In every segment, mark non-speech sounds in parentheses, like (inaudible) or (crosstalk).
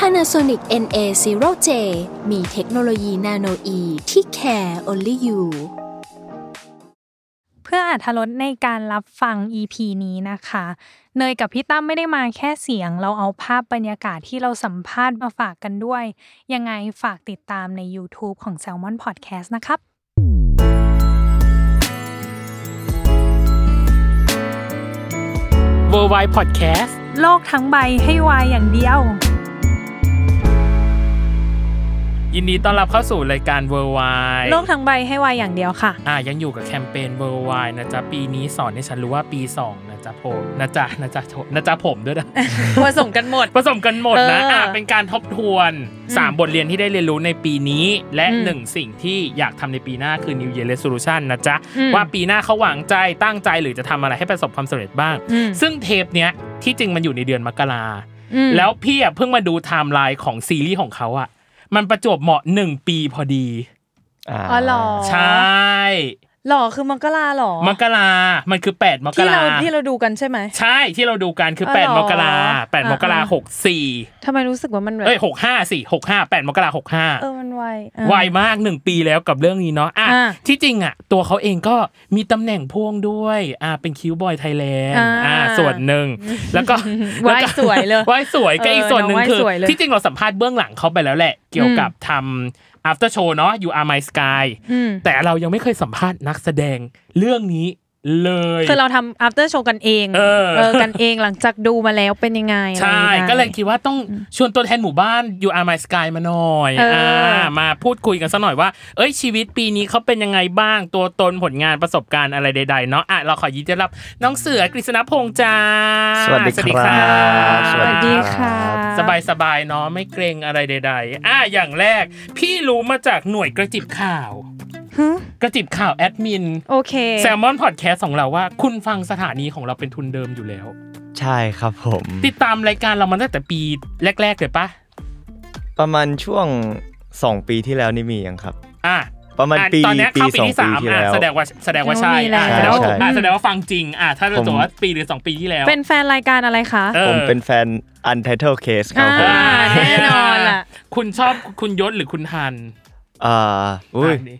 Panasonic NA0J มีเทคโนโลยีนาโนอีที่ care only you เพื่ออาธรตในการรับฟัง EP นี้นะคะ เนยกับพี่ตั้มไม่ได้มาแค่เสียง เราเอาภาพบรรยากาศที่เราสัมภาษณ์มาฝากกันด้วย ยังไงฝากติดตามใน YouTube ของ Salmon Podcast นะครับ w o r l d w i d e Podcast โลกทั้งใบให้วายอย่างเดียว ยินดีต้อนรับเข้าสู่รายการ w o r l d w i d e โลกทั้งใบให้วายอย่างเดียวค่ะ อ่ะยังอยู่กับแคมเปญ w o r l d w i d e นะจ๊ะ ปีนี้สอนให้ฉันรู้ว่าปี 2 นะจ๊ะผมนะจ๊ะนะจ๊ะผมนะจ๊ะผม (laughs) ด้วยนะ (laughs) ผสมกันหมด ผสมกันหมดเอออ่นะะเป็นการทบทวน 3 บทเรียนที่ได้เรียนรู้ในปีนี้ และ อืม 1 สิ่งที่อยากทำในปีหน้าคือ New Year Resolution นะจ๊ะ อืม ว่าปีหน้าเขาหวังใจตั้งใจหรือจะทำอะไรให้ประสบความสำเร็จบ้าง อืม ซึ่งเทปเนี้ยที่จริงมันอยู่ในเดือนมกรา อืม แล้วพี่อะเพิ่งมาดูไทม์ไลน์ของซีรีส์ของเขาอะมันประจวบเหมาะหนึ่งปีพอดี อ๋อเหรอ ใช่ หรอคือมังกราเหรอ มกรามันคือ 8 มก ที่ รา เราที่เราดูกันใช่ไหม ใช่ที่เราดูกันคือ อ๋อเหรอ 8 มกราแปด อ่าม ม กราหกสี่ ทำไมรู้สึกว่ามันแบบ เอ้ยหกห้าสี่หกห้าแปดมกราหกห้า เออมันไวอ่ะ ไวมากหนึ่งปีแล้วกับเรื่องนี้เนาะอ่ะ อ่า ที่จริงอ่ะ ตัวเขาเองก็มีตำแหน่งพ่วงด้วยอ่าเป็นคิวบอยไทยแลนด์ อ่า อ่าส่วนหนึ่งแล้วก็ ไหว้สวยเลย ไหวสวยก็ เอออี อีกส่วนหนึ่ง น้องไหว้ คือ สวยเลย ที่จริงเราสัมภาษณ์เบื้องหลังเขาไปแล้วแหละ เกี่ยว อืม กับทำ after show เนาะ you are my sky อืม แต่เรายังไม่เคยสัมภาษณ์นักแสดงเรื่องนี้เลย คือเราทำ after show กันเอง เออ กันเองหลังจากดูมาแล้วเป็นยังไง ใช่ อะไรางงี้ ก็เลยคิดว่าต้องชวนตัวแทนหมู่บ้าน You Are My Sky มาหน่อย เอออ่ ามาพูดคุยกันสักหน่อยว่า เอ้ยชีวิตปีนี้เขาเป็นยังไงบ้าง ตัวตนผลงานประสบการณ์อะไรใดๆเนาะอ่ะเราขอยินดีต้อนรับน้องเสือกฤษณพงษ์จ้า สวัสดีครับ รับ ส ส วัสดีค่ะ สบายสบายๆเนาะไม่เกรงอะไรใด ๆ อ่ะอย่างแรก พี่รู้มาจากหน่วยกระจิบข่าว ฮะ กระจิบข่าวแอดมิน โอเค แซลมอนพอดแคสต์ของเราว่า คุณฟังสถานีของเราเป็นทุนเดิมอยู่แล้ว ใช่ครับผม ติดตามรายการเรามาตั้งแต่ปีแรกๆเลยปะ ประมาณช่วง 2 ปีที่แล้วนี่มียังครับ อ่ะ ประมาณ อ่ะ ปี ตอนเนี้ย ปี เข้าปี สอง ที่สามปีที่ อ่ะ แล้ว แสดงว่าแสดงว่าใช่อ่ะ ใช่ แสดงว่าผม ใช่ อ่ะแสดงว่าฟังจริงอ่ะถ้าเรา ผม ตัวว่าปีหรือสองปีที่แล้ว เป็นแฟนรายการอะไรคะ ออ ผมเป็นแฟน Untitled Case ครับผ อ่า ม แน่นอนล่ะ คุณชอบคุณยศหรือคุณฮัน อ่าอุ้ย ถามดิ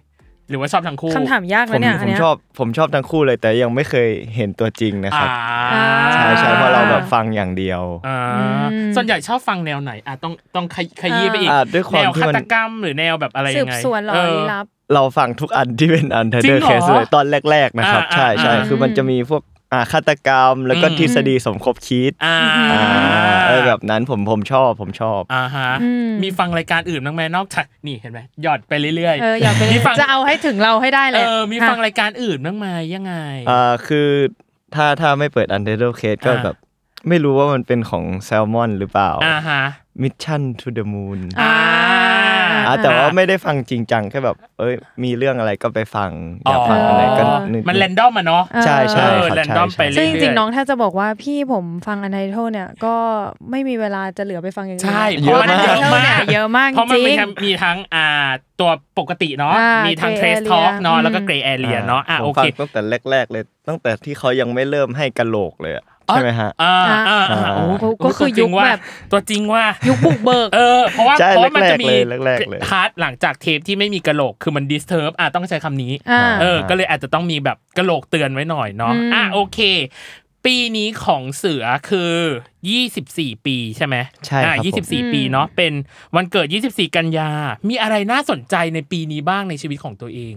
หรือว่าชอบทั้งคู่ คำถามยาก ผ นะ ม เนี่ย ผ อัน ม เนี้ย ชอบผมชอบทั้งคู่เลยแต่ยังไม่เคยเห็นตัวจริงนะค อ่า รับ อ่า ใช่ใช่เพราะเราแบบฟังอย่างเดียว อ่า อืม ส่วนใหญ่ชอบฟังแนวไหนอ่ะต้องต้องขยขยี้ไปอีก อ่าด้วยความ แนว ที่ ฆา มัน ตกรรมหรือแนวแบบอะไร สื ยั บ งไง สวนเหรอ เออ ลี้ลับ เราฟังทุกอันที่เป็น จริง Untitled เหรอ Case เลยตอนแรก ๆนะครับ อ่า ใช่ใช่ อ่า คือมันจะมีพวกอ่าฆาตกรรม แล้วก็ อืม ทฤษฎีสมคบคิด อ่า อ่าเออแบบนั้นผมผมชอบผมชอบ อ่าฮะ อืม มีฟังรายการอื่นบ้างไหมนอกจากนี่เห็นไหมหยอดไปเรื่อยๆ เอออยากไป มีฟัง จะเอาให้ถึงเราให้ได้แห เอ ละ อ มีฟัง อ่ะ รายการอื่นบ้างไหมยังไง อ่าคือถ้าถ้าไม่เปิด Untitled Case ก็ อ่า แบบ ไม่รู้ว่ามันเป็นของแซลมอนหรือเปล่า อ่าฮะ Mission to the Moon อ่า อ่าแต่ว่าไม่ได้ฟังจริงจังแค่แบบ เอ้ย มีเรื่องอะไรก็ไปฟัง อยากฟังอะไรก็ก มันแรนดอมอะเนาะ ใช่ใช่ เออ ครับ แรนดอมไป ใช่ เ ซึ่งจ เรื่ ริ อง ยๆๆน้องถ้าจะบอกว่าพี่ผมฟังอันไทโทเนี่ยก็ไม่มีเวลาจะเหลือไปฟังอย่างอื่น ใช่ เพราะ พร อันไทโทเนี่ยเยอะมากจ เพราะมัน ริ มี ง ทั้งมีทั้งอ่าตัวปกติเนาะ อ่ามี มีทั้งเท Grey สทอ l k Area เนาะ อืม แล้วก็เกรย์แอเรียเนาะ อ่ะ ผ โอ ม เค ฟังตั้งแต่แรก ๆ เลย ตั้งแต่ที่เขายังไม่เริ่มให้กะโหลกเลยอะใช่ไหมฮะ อ่าอ่าอ่าโอ้ โอ้ก็คือยุคแบบ ตัวจริงว่า ยุคบุกเบิก เออ เพราะว่า ใช่ เพราะมันจะมี แรกๆเลยแรกๆเลย พาร์ทหลังจากเทปที่ไม่มีกระโหลก คือมันดิสเทิร์บอ่ะต้องใช้คำนี้ อ่า เออ ก็เลยอาจจะต้องมีแบบกระโหลกเตือนไว้หน่อยเนาะ อืม อ่ะโอเค ปีนี้ของเสือคือ 24 ปีใช่ไหม ใช่ครับ อ่ะ ผม 24 ปีเนาะ เป็นวันเกิด 24 กันยา มีอะไรน่าสนใจในปีนี้บ้างในชีวิตของตัวเอง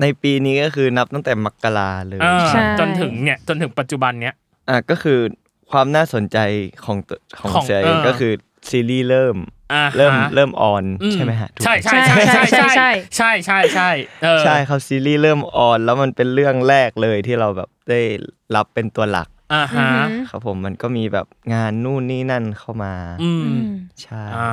ในปีนี้ก็คือนับตั้งแต่มกราเลย เออ ใช่ จนถึงเนี่ย จนถึงปัจจุบันเนี้ย อ่ะก็คือความน่าสนใจของตัวของ ของ เซีย เอ เอง อ ก็คือซีรีส์เริ่ม อ่าฮะ เริ่มเริ่มออน อื ใช่ไหมฮะถูก ใช่ ไหม ใช่ใช่ใช่ใช่ ใช่ ใช่ใช่ใช่ใช่เออ ใช่ครับซีรีส์เริ่มออนแล้วมันเป็นเรื่องแรกเลยที่เราแบบได้รับเป็นตัวหลัก อ่าฮะ ครับผมมันก็มีแบบงานนู่นนี่นั่นเข้ามา อืม อืม ใช่ อ่า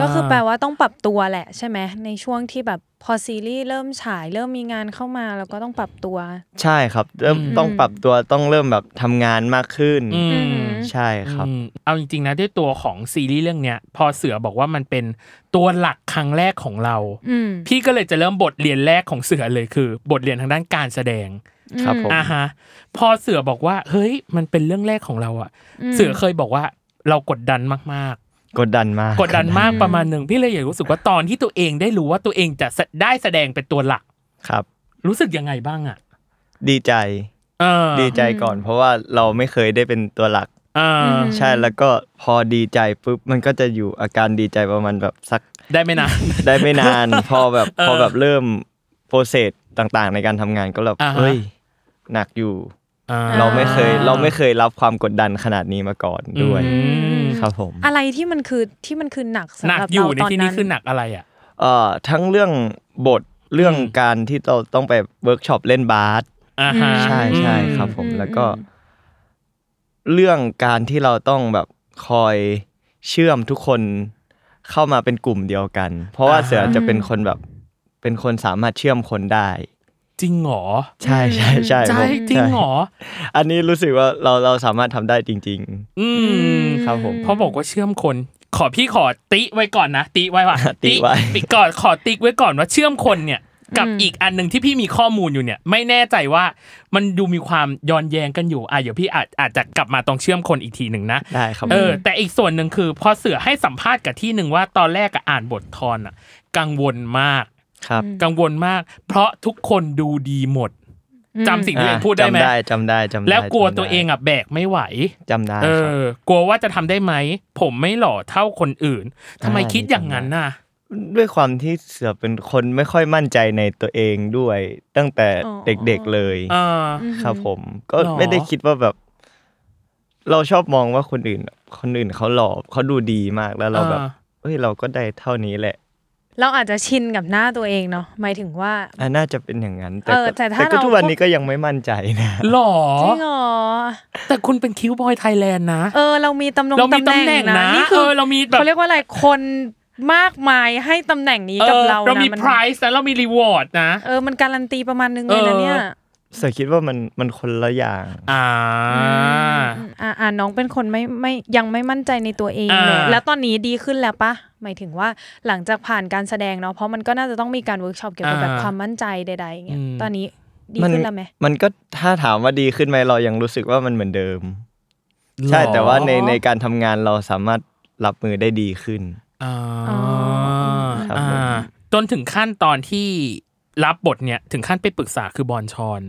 ก็คือแปลว่าต้องปรับตัวแหละใช่ไหมในช่วงที่แบบพอซีรีส์เริ่มฉายเริ่มมีงานเข้ามาแล้วก็ต้องปรับตัว ใช่ครับเริ่มต้องปรับตัวต้องเริ่มแบบทำงานมากขึ้น อืม ใช่ครับ อืมเอาจริงๆนะด้วยตัวของซีรีส์เรื่องเนี้ย พอเสือบอกว่ามันเป็นตัวหลักครั้งแรกของเรา อืม พี่ก็เลยจะเริ่มบทเรียนแรกของเสือเลยคือ บทเรียนทางด้านการแสดง ครับผม อ่าฮะพอเสือบอกว่า เฮ้ยมันเป็นเรื่องแรกของเราอะเสือเคยบอกว่าเรากดดันมาก กดดันมาก ๆ กดดันมากประมาณหนึ่งพี่เลยอยากรู้สึกว่าตอนที่ตัวเองได้รู้ว่าตัวเองจะได้แสดงเป็นตัวหลัก ครับ รู้สึกยังไงบ้างอะ ดีใจ เออ ดีใจก่อน เพราะว่าเราไม่เคยได้เป็นตัวหลัก เออ ใช่แล้วก็พอดีใจปุ๊บมันก็จะอยู่อาการดีใจประมาณแบบสัก ได้ไหมนะ ได้ไม่นาน (laughs) พอแบบ เออ พอแบบเริ่มโปรเซสต่างๆ ในการทำงานก็แบบ อ่าฮะ เฮ้ยหนักอยู่ อ่ เราไม่เคยเราไม่เคยรับความกดดันขนาดนี้มาก่อนด้วย อืม ครับผม อะไรที่มันคือที่มันคือหนักสำ หนัก หรับ อยู่ เรา ใน ตอน ที่นี้ นั้น คือหนักอะไรอะ เอ่อทั้งเรื่องบทเรื่อง อืม การที่เราต้องไปเวิร์กช็อปเล่นบาส อ่าฮะ ใช่ใช่ครับผมแล้วก็ เรื่องการที่เราต้องแบบคอยเชื่อมทุกคนเข้ามาเป็นกลุ่มเดียวกัน เพราะว่า อ่าฮะ เสือจะเป็นคนแบบเป็นคนสามารถเชื่อมคนได้ จริงเหรอ ใช่ใช่ใช่ ใช่ ผม จริงเหรอ อันนี้รู้สึกว่าเราเราสามารถทำได้จริง อืม ๆ ครับผม เพราะบอกว่าเชื่อมคน ขอพี่ขอติไว้ก่อนนะติไว้ว่ะ (laughs) ติไว้ ติก่อนขอติไว้ก่อนว่าเชื่อมคนเนี่ย กับอีกอันหนึ่งที่พี่มีข้อมูลอยู่เนี่ย ไม่แน่ใจว่ามันดูมีความย้อนแย้งกันอยู่อ่ะเดี๋ยวพี่อาจอาจจะกลับมาตรงเชื่อมคนอีกทีหนึ่งนะ ได้ครับ เออ แต่อีกส่วนหนึ่งคือ พอเสือให้สัมภาษณ์กับที่หนึ่งว่าตอนแรกอะอ่านบททอนอะกังวลมาก ครับ กังวลมาก เพราะทุกคนดูดีหมดจำสิ่งที่ตัวเองพูดได้ไหม จำได้จำได้จำได้ แล้วกลัว จำได้ ตัวเองอะแบกไม่ไหว จำได้ เอ ครับ อ กลัวว่าจะทำได้ไหม ผมไม่หล่อเท่าคนอื่นทำไม อ่า คิดอย่างนั้นน่ะ ด้วยความที่เสือเป็นคนไม่ค่อยมั่นใจในตัวเองด้วย ตั้งแต่เด็กๆเลย เออ ครับผมก็ หรอ ไม่ได้คิดว่าแบบ เราชอบมองว่าคนอื่น คนอื่นเขาหล่อเขาดูดีมากแล้วเราแบบเฮ้ยเราก็ได้เท่านี้แหละ เราอาจจะชินกับหน้าตัวเองเนาะหมายถึงว่า อ่ะน่าจะเป็นอย่างนั้น แต่ เออ ก็ แต่ถ้า แต่ก็ เรา ทุกวันนี้ก็ยังไม่มั่นใจนะ หล่อ จริงเหรอ แต่คุณเป็นคิวบอยไทยแลนด์นะ เออ เรามีตำแหน่ง เรามีตำแหน่งนะ นี่คือ เออเรามีแบบ เขาเรียกว่าอะไรคนมากมายให้ตำแหน่งนี้ เอ กับ อ เรา เรามี นะน prize นะเรามี reward นะ เออมันการันตีประมาณนึงเลยนะเนี่ย เออ เสือคิดว่ามันมันคนละอย่าง อ่า มอ่าอ่าน้องเป็นคนไม่ไม่ยังไม่มั่นใจในตัวเอง อ่า เลยแล้วตอนนี้ดีขึ้นแล้วปะหมายถึงว่าหลังจากผ่านการแสดงเนาะเพราะมันก็น่าจะต้องมีการเวิร์กช็อปเกี่ยวกับแบบความมั่นใจใดๆอย่างเงี้ยตอนนี้ดีขึ้นแล้วไหม มันก็ถ้าถามว่าดีขึ้นไหมเรายังรู้สึกว่ามันเหมือนเดิม ใช่ หล่อ แต่ว่าในในการทำงานเราสามารถรับมือได้ดีขึ้น อ่า อ๋อ ครับ อ่า ผม จนถึงขั้นตอนที่รับบทเนี่ยถึงขั้นไปปรึกษาคือบอลชอน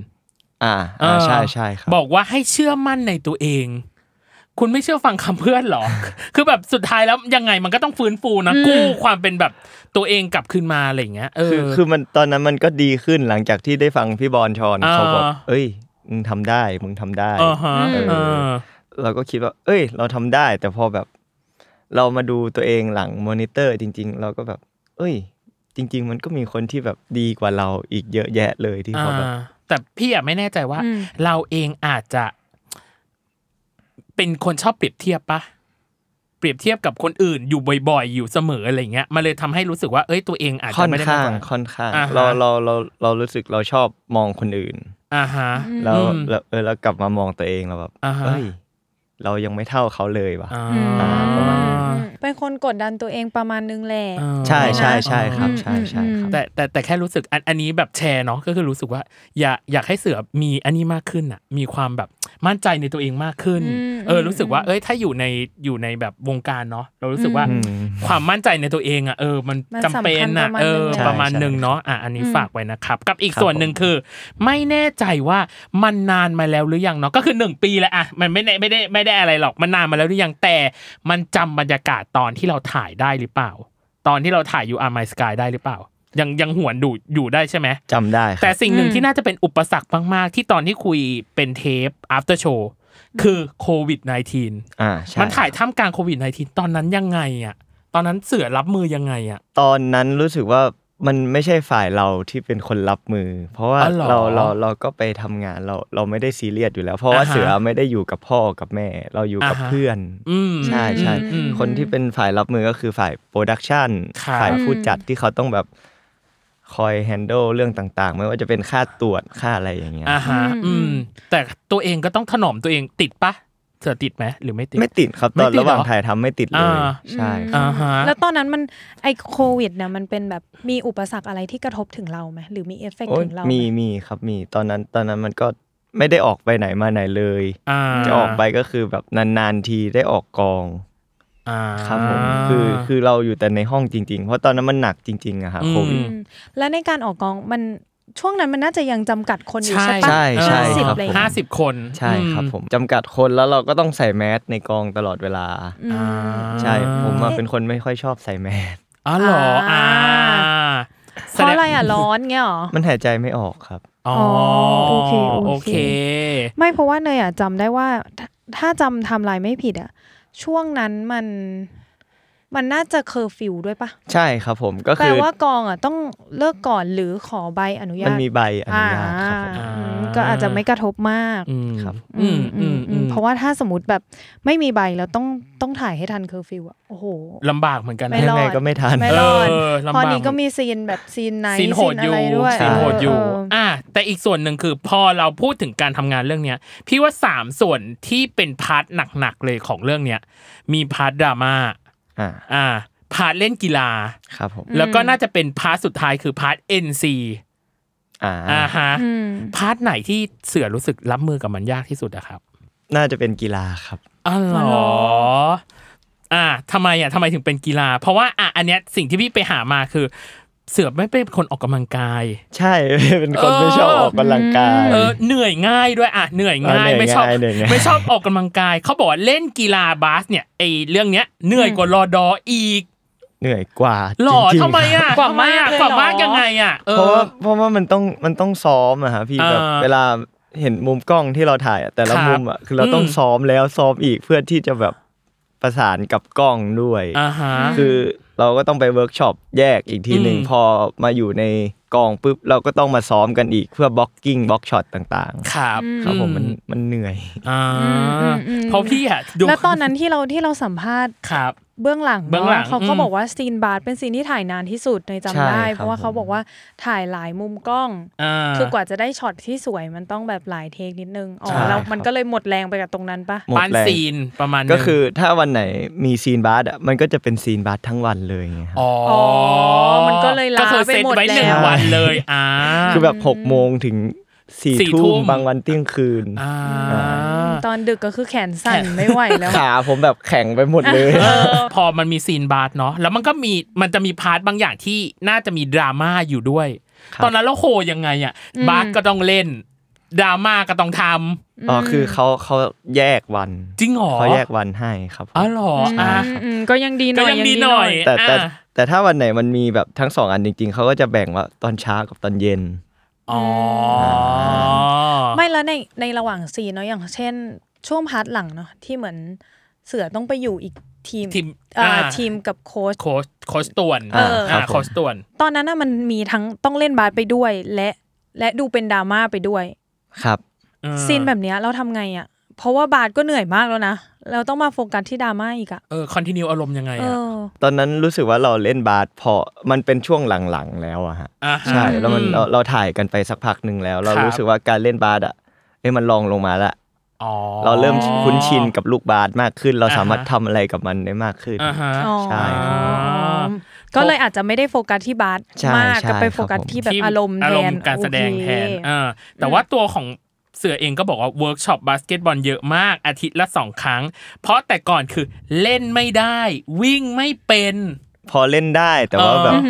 อ่า เอ อ่า อ ใช่ใช่ครับ บอกว่าให้เชื่อมั่นในตัวเอง คุณไม่เชื่อฟังคำเพื่อนหร (laughs) อ คือแบบสุดท้ายแล้วยังไงมันก็ต้องฟื้นฟูนะกู้ความเป็นแบบตัวเองกลับคืนมาอะไรอย่างเงี้ยเออ คือคือมันตอนนั้นมันก็ดีขึ้นหลังจากที่ได้ฟังพี่บอลชอน อ่า เขาบอกเอ้ยมึงทำได้มึงทำได้ เออฮะ อืม เออ เราก็คิดว่า เอ้ย เราทำได้ แต่พอแบบ เรามาดูตัวเองหลังมอนิเตอร์จริง ๆ เราก็แบบ เอ้ย จริง ๆ มันก็มีคนที่แบบดีกว่าเราอีกเยอะแยะเลยที่เขาแบบ อ่าแต่พี่อะไม่แน่ใจว่า อืม เราเองอาจจะ เป็นคนชอบเปรียบเทียบปะเปรียบเทียบกับคนอื่นอยู่บ่อย ๆ อยู่เสมออะไรเงี้ยมันเลยทำให้รู้สึกว่าเอ้ยตัวเองอาจ ค่ จะ อน ไม่ได้ม ข้ากกงว่ ค่อนข้าง อ่าฮะ เราเราเราเรารู้สึกเราชอบมองคนอื่น อ่าฮะ แล้ว อืม แล้วเออแล้วกลับมามองตัวเองเราแบบ อ่าฮะ เอ้ย เรายังไม่เท่าเขาเลยว่ะ อ่า อ่าประมาณนั้น เป็นคนกดดันตัวเองประมาณนึงแหละ อ่า ใช่ใช่ใช่ครับ ใช่ใช่ครับ แต่แต่แต่แค่รู้สึกอันอันนี้แบบแชร์เนาะก็คือรู้สึกว่า อยากอยากให้เสือมีอันนี้มากขึ้นอ่ะ มีความแบบมั่นใจในตัวเองมากขึ้น อืม เออรู้สึกว่าเอ้ยถ้าอยู่ในอยู่ในแบบวงการเนาะเรารู้สึกว่า อืม ความมั่นใจในตัวเองอ่ะเออมัน มัน จำเป็นอ่ะ สำคัญประมาณ เอ หนึ่ อแหละงประมาณหนึ่งใช่ใช่ เนาะอ่ะอันนี้ฝากไว้นะครับ กับอีก ครับ ส่วนหนึ่ง ผม คือ ไม่แน่ใจว่ามันนานมาแล้วหรือยังเนาะก็คือหนึ่งปีแล้วอ่ะมันไม่ได้ไม่ได้ไม่ได้อะไรหรอกมันนานมาแล้วหรือยังแต่มันจำบรรยากาศตอนที่เราถ่ายได้หรือเปล่า ตอนที่เราถ่ายอยู่อาร์มายสกายได้หรือเปล่า ยังยังหวนดูอยู่ได้ใช่ไหม จำได้ค แต่ รับ สิ่งหนึ่ง อืม ที่น่าจะเป็นอุปสรรคมาก ๆ ที่ตอนที่คุยเป็นเทป after show คือโควิด -19 อ่าใช่ มันถ่ายท่ามกลางโควิด -19 ตอนนั้นยังไงอะตอนนั้นเสือรับมือยังไงอะ ตอนนั้นรู้สึกว่า มันไม่ใช่ฝ่ายเราที่เป็นคนรับมือ เพราะว่า อ๋อเหรอ เราเราเราก็ไปทำงานเราเราไม่ได้ซีเรียสอยู่แล้ว เพราะว่า อ่าฮะ เสือไม่ได้อยู่กับพ่อกับแม่ เราอยู่กับ อ่าฮะ เพื่อน อืม ใช่ใช่ อืม คนที่เป็นฝ่ายรับมือก็คือฝ่ายโปรดักชัน ครับ ฝ่ายผู้จัดที่เขาต้องแบบคอยแฮนด์ลเรื่องต่างๆ ไม่ว่าจะเป็นค่าตรวจค่าอะไรอย่างเงี้ย อ่าฮะ อื อื ม ม แต่ตัวเองก็ต้องถนอมตัวเองติดปะเสือติดไหมหรือไม่ติด ไม่ติดครับตอไม่นติดเหรอ ระหว่างถ่ายทำไม่ติดเลย อ่า ใช่ครับ อ่าฮะ แล้วตอนนั้นมันไอโควิดเนี่ยมันเป็นแบบมีอุปสรรคอะไรที่กระทบถึงเราไหมหรือมีเอฟเฟก โอ้ย ถึงเราไห มีมีครับมีตอนนั้นตอนนั้นมันก็ไม่ได้ออกไปไหนมาไหนเลย อ่า จะออกไปก็คือแบบนานๆทีได้ออกกอง อ่า ครับผมคือคือเราอยู่แต่ในห้องจริง ๆ เพราะตอนนั้นมันหนักจริงๆอะค่ะ อืม โควิด อืมและในการออกกองมันช่วงนั้นมันน่าจะยังจำกัดคนอยู่ใช่ปะ ใช่ใช่ ห้าสิบ ครับ อะไรอย่า ผม ง ห้า เงี้ย สิบคน ใช่ครับ อื ผมจำกัดคนแล้วเราก็ต้องใส่แมสในกองตลอดเวลา อืม อ่า ใช่ผมมาเป็นคนไม่ค่อยชอบใส่แมส (laughs) อ๋อเหรออ่า อ่า แส เพ ดง ราะอะไรอ่ะร้อนเงี้ยเหรอ มันหายใจไม่ออกครับ อ๋อ โอเค โอ โอ เค เค ไม่เพราะว่าเนยอ่ะจำได้ว่าถ้าถ้าจำไทำลายไม่ผิดอ่ะช่วงนั้นมัน มันน่าจะเคอร์ฟิวด้วยปะ ใช่ครับผมก็ แปล คือ ว่ากองอ่ะต้องเลิกก่อนหรือขอใบอนุญาต มันมีใบอนุญาตครับผม อ่าอืมก็อาจจะไม่กระทบมาก อืม ครับ อืมอืมอืม เพราะว่าถ้าสมมติแบบไม่มีใบแล้วต้องต้องถ่ายให้ทันเคอร์ฟิวอ่ะโอ้โห ลำบากเหมือนกันนะ ไม่รอด ยังไงก็ไม่ทัน ไม่รอด เออลำบาก พอนี้ก็มีซีนแบบซีนไหน ซีนโหดอยู่ อะไรด้วย ซีนโหดอยู่ เออ อ่ะแต่อีกส่วนหนึ่งคือพอเราพูดถึงการทำงานเรื่องเนี้ย พี่ว่าสามส่วนที่เป็นพาร์ทหนักๆเลยของเรื่องเนี้ยมีพาร์ทดราม่า อ่า อ่าพาร์ทเล่นกีฬา ครับผม แล้วก็น่าจะเป็นพาร์ทสุดท้ายคือพาร์ท NC อ่า อ่าฮะ อืม พาร์ทไหนที่เสือรู้สึกรับมือกับมันยากที่สุดอะครับ น่าจะเป็นกีฬาครับ อ๋อเหรออ่าทำไมอ่ะทำไมถึงเป็นกีฬา เพราะว่าอ่ะอันเนี้ยสิ่งที่พี่ไปหามาคือ เสือไม่เป็นคนออกกำลังกาย ใช่ (laughs) เป็นคนไม่ชอบออกกำลังกาย เออเหนื่อยง่ายด้วยอ่ะเหนื่อยง่าย เออเหนื่อย ไม่ชอบ ง่ายเหนื่อยง่าย ไม่ชอบออกกำลังกาย เขาบอกว่าเล่นกีฬาบาสเนี่ยไอเรื่องเนี้ยเหนื่อยกว่ารอดออีก เหนื่อยกว่า หรอ จริงๆ ทำไมอ่ะ กว่ามากเลยเหรอทำไอ่ะกว่ามากยังไงอ่ะเอ เพราะ อ ว่าเพราะว่ามันต้องมันต้องซ้อมอะฮะพี่ อ่า แบบเวลาเห็นมุมกล้องที่เราถ่ายอะแต่ละ ครับ มุมอะคือเราต้อง อืม ซ้อมแล้วซ้อมอีกเพื่อที่จะแบบประสานกับกล้องด้วย อ่าฮะ คือเราก็ต้องไปเวิร์กช็อปแยกอีกทีหนึ่ง อืม พอมาอยู่ในกองปุ๊บเราก็ต้องมาซ้อมกันอีกเพื่อบล็อกกิ้งบล็อกช็อตต่าง ครับ ๆ ครับผมมัน อื มันเหนื่อย อ่า อืมอืม เพราะพี่อ่ะดู แล้วตอนนั้นที่เราที่เราสัมภาษณ์ ครับ เบื้องหลัง เบื้องหลัง เนาะเขาก็ อืม บอกว่าซีนบาร์เป็นซีนที่ถ่ายนานที่สุดในจำ ใช่ ได้ คเพรับราะว่า ผม เขาบอกว่าถ่ายหลายมุมกล้อง อ่า คือกว่าจะได้ช็อตที่สวยมันต้องแบบหลายเทคนิดนึงอ๋อ ใช่ แล้วมันก็เลยหมดแรงไปกับตรงนั้นปะ หมด ปั้น แรง ซีนประมาณนึง ก็คือถ้าวันไหนมีซีนบาสอะมันก็จะเป็นซีนบาสทั้งวันเลยไงครับ อ๋อ อ๋อมันก็เลย ก็ ลา คือ ไป เซต หมด ไว้ห แล้ นึ่ง ว วันเลยอ่า คือแบบหกโมงถึงสี่ สี่ทุ่ ทุ่ม ม บางวันเที่ยงคืน อ่า ตอนดึกก็คือแขนสั่นไม่ไหวแล้ว ขาผมแบบแข็งไปหมดเลย เออพอมันมีซีนบาสเนาะแล้วมันก็มีมันจะมีพาร์ทบางอย่างที่น่าจะมีดราม่าอยู่ด้วย ครับ ตอนนั้นเราโหยังไงอะบาสก็ต้องเล่นดราม่าก็ต้องทำ อ๋อคือเขาเขาแยกวัน จริงเหรอ เขาแยกวันให้ครับผม อ๋อเหรอ อื อ่ะ มอืมก็ยังดีห ก็ น่อย ยังดีหน่อย แต่แต่ อ่ะ แต่ถ้าวันไหนมันมีแบบทั้งสองอันจริง ๆเขาก็จะแบ่งว่าตอนเช้ากับตอนเย็น อ๋อ ไม่แล้วในในระหว่างซีนเนาะอย่างเช่น ช่วงพาร์ทหลังเนาะที่เหมือนเสือต้องไปอยู่อีกทีม ทีม อ่า อ่ะ ทีมกับโค้ช โค้ชโค้ชต่วน เออะอ่ครับผม โค้ชต่วน ตอนนั้นน่ะมันมีทั้งต้องเล่นบาสไปด้วย และและดูเป็นดราม่าไปด้วย ครับ ซีนแบบเนี้ยเราทำไงอ่ะ เพราะว่าบาสก็เหนื่อยมากแล้วนะ เราต้องมาโฟกัสที่ดราม่าอีกอ่ะ เออคอนติเนียอารมณ์ยังไง เอ อะ อ ตอนนั้นรู้สึกว่าเราเล่นบาสพอมันเป็นช่วงหลังๆแล้วอะฮะ อ่ะ ใช่แล้วมันเราเราถ่ายกันไปสักพักหนึ่งแล้ว เรา ครับ รู้สึกว่าการเล่นบาสอะเอ้ยมันลองลงมาละ อ๋อ เราเริ่มคุ้นชินกับลูกบาสมากขึ้น เรา อ่าฮะ สามารถทำอะไรกับมันได้มากขึ้น อ่าฮะ อ๋อ ใช่ ก็เลยอาจจะไม่ได้โฟกัสที่บาส ใช่ มาก ใช่ ก็ไปโฟกัส ครับผม ที่แบบอารมณ์ อาร แท ม น ณ์การแสดง โอเค แทนเออแต่ว่าตัวของเสือเองก็บอกว่าเวิร์กช็อปบาสเกตบอลเยอะมากอาทิตย์ละสองครั้ง เพราะแต่ก่อนคือเล่นไม่ได้ วิ่งไม่เป็น พอเล่นได้แต่ว่า เออ แบบ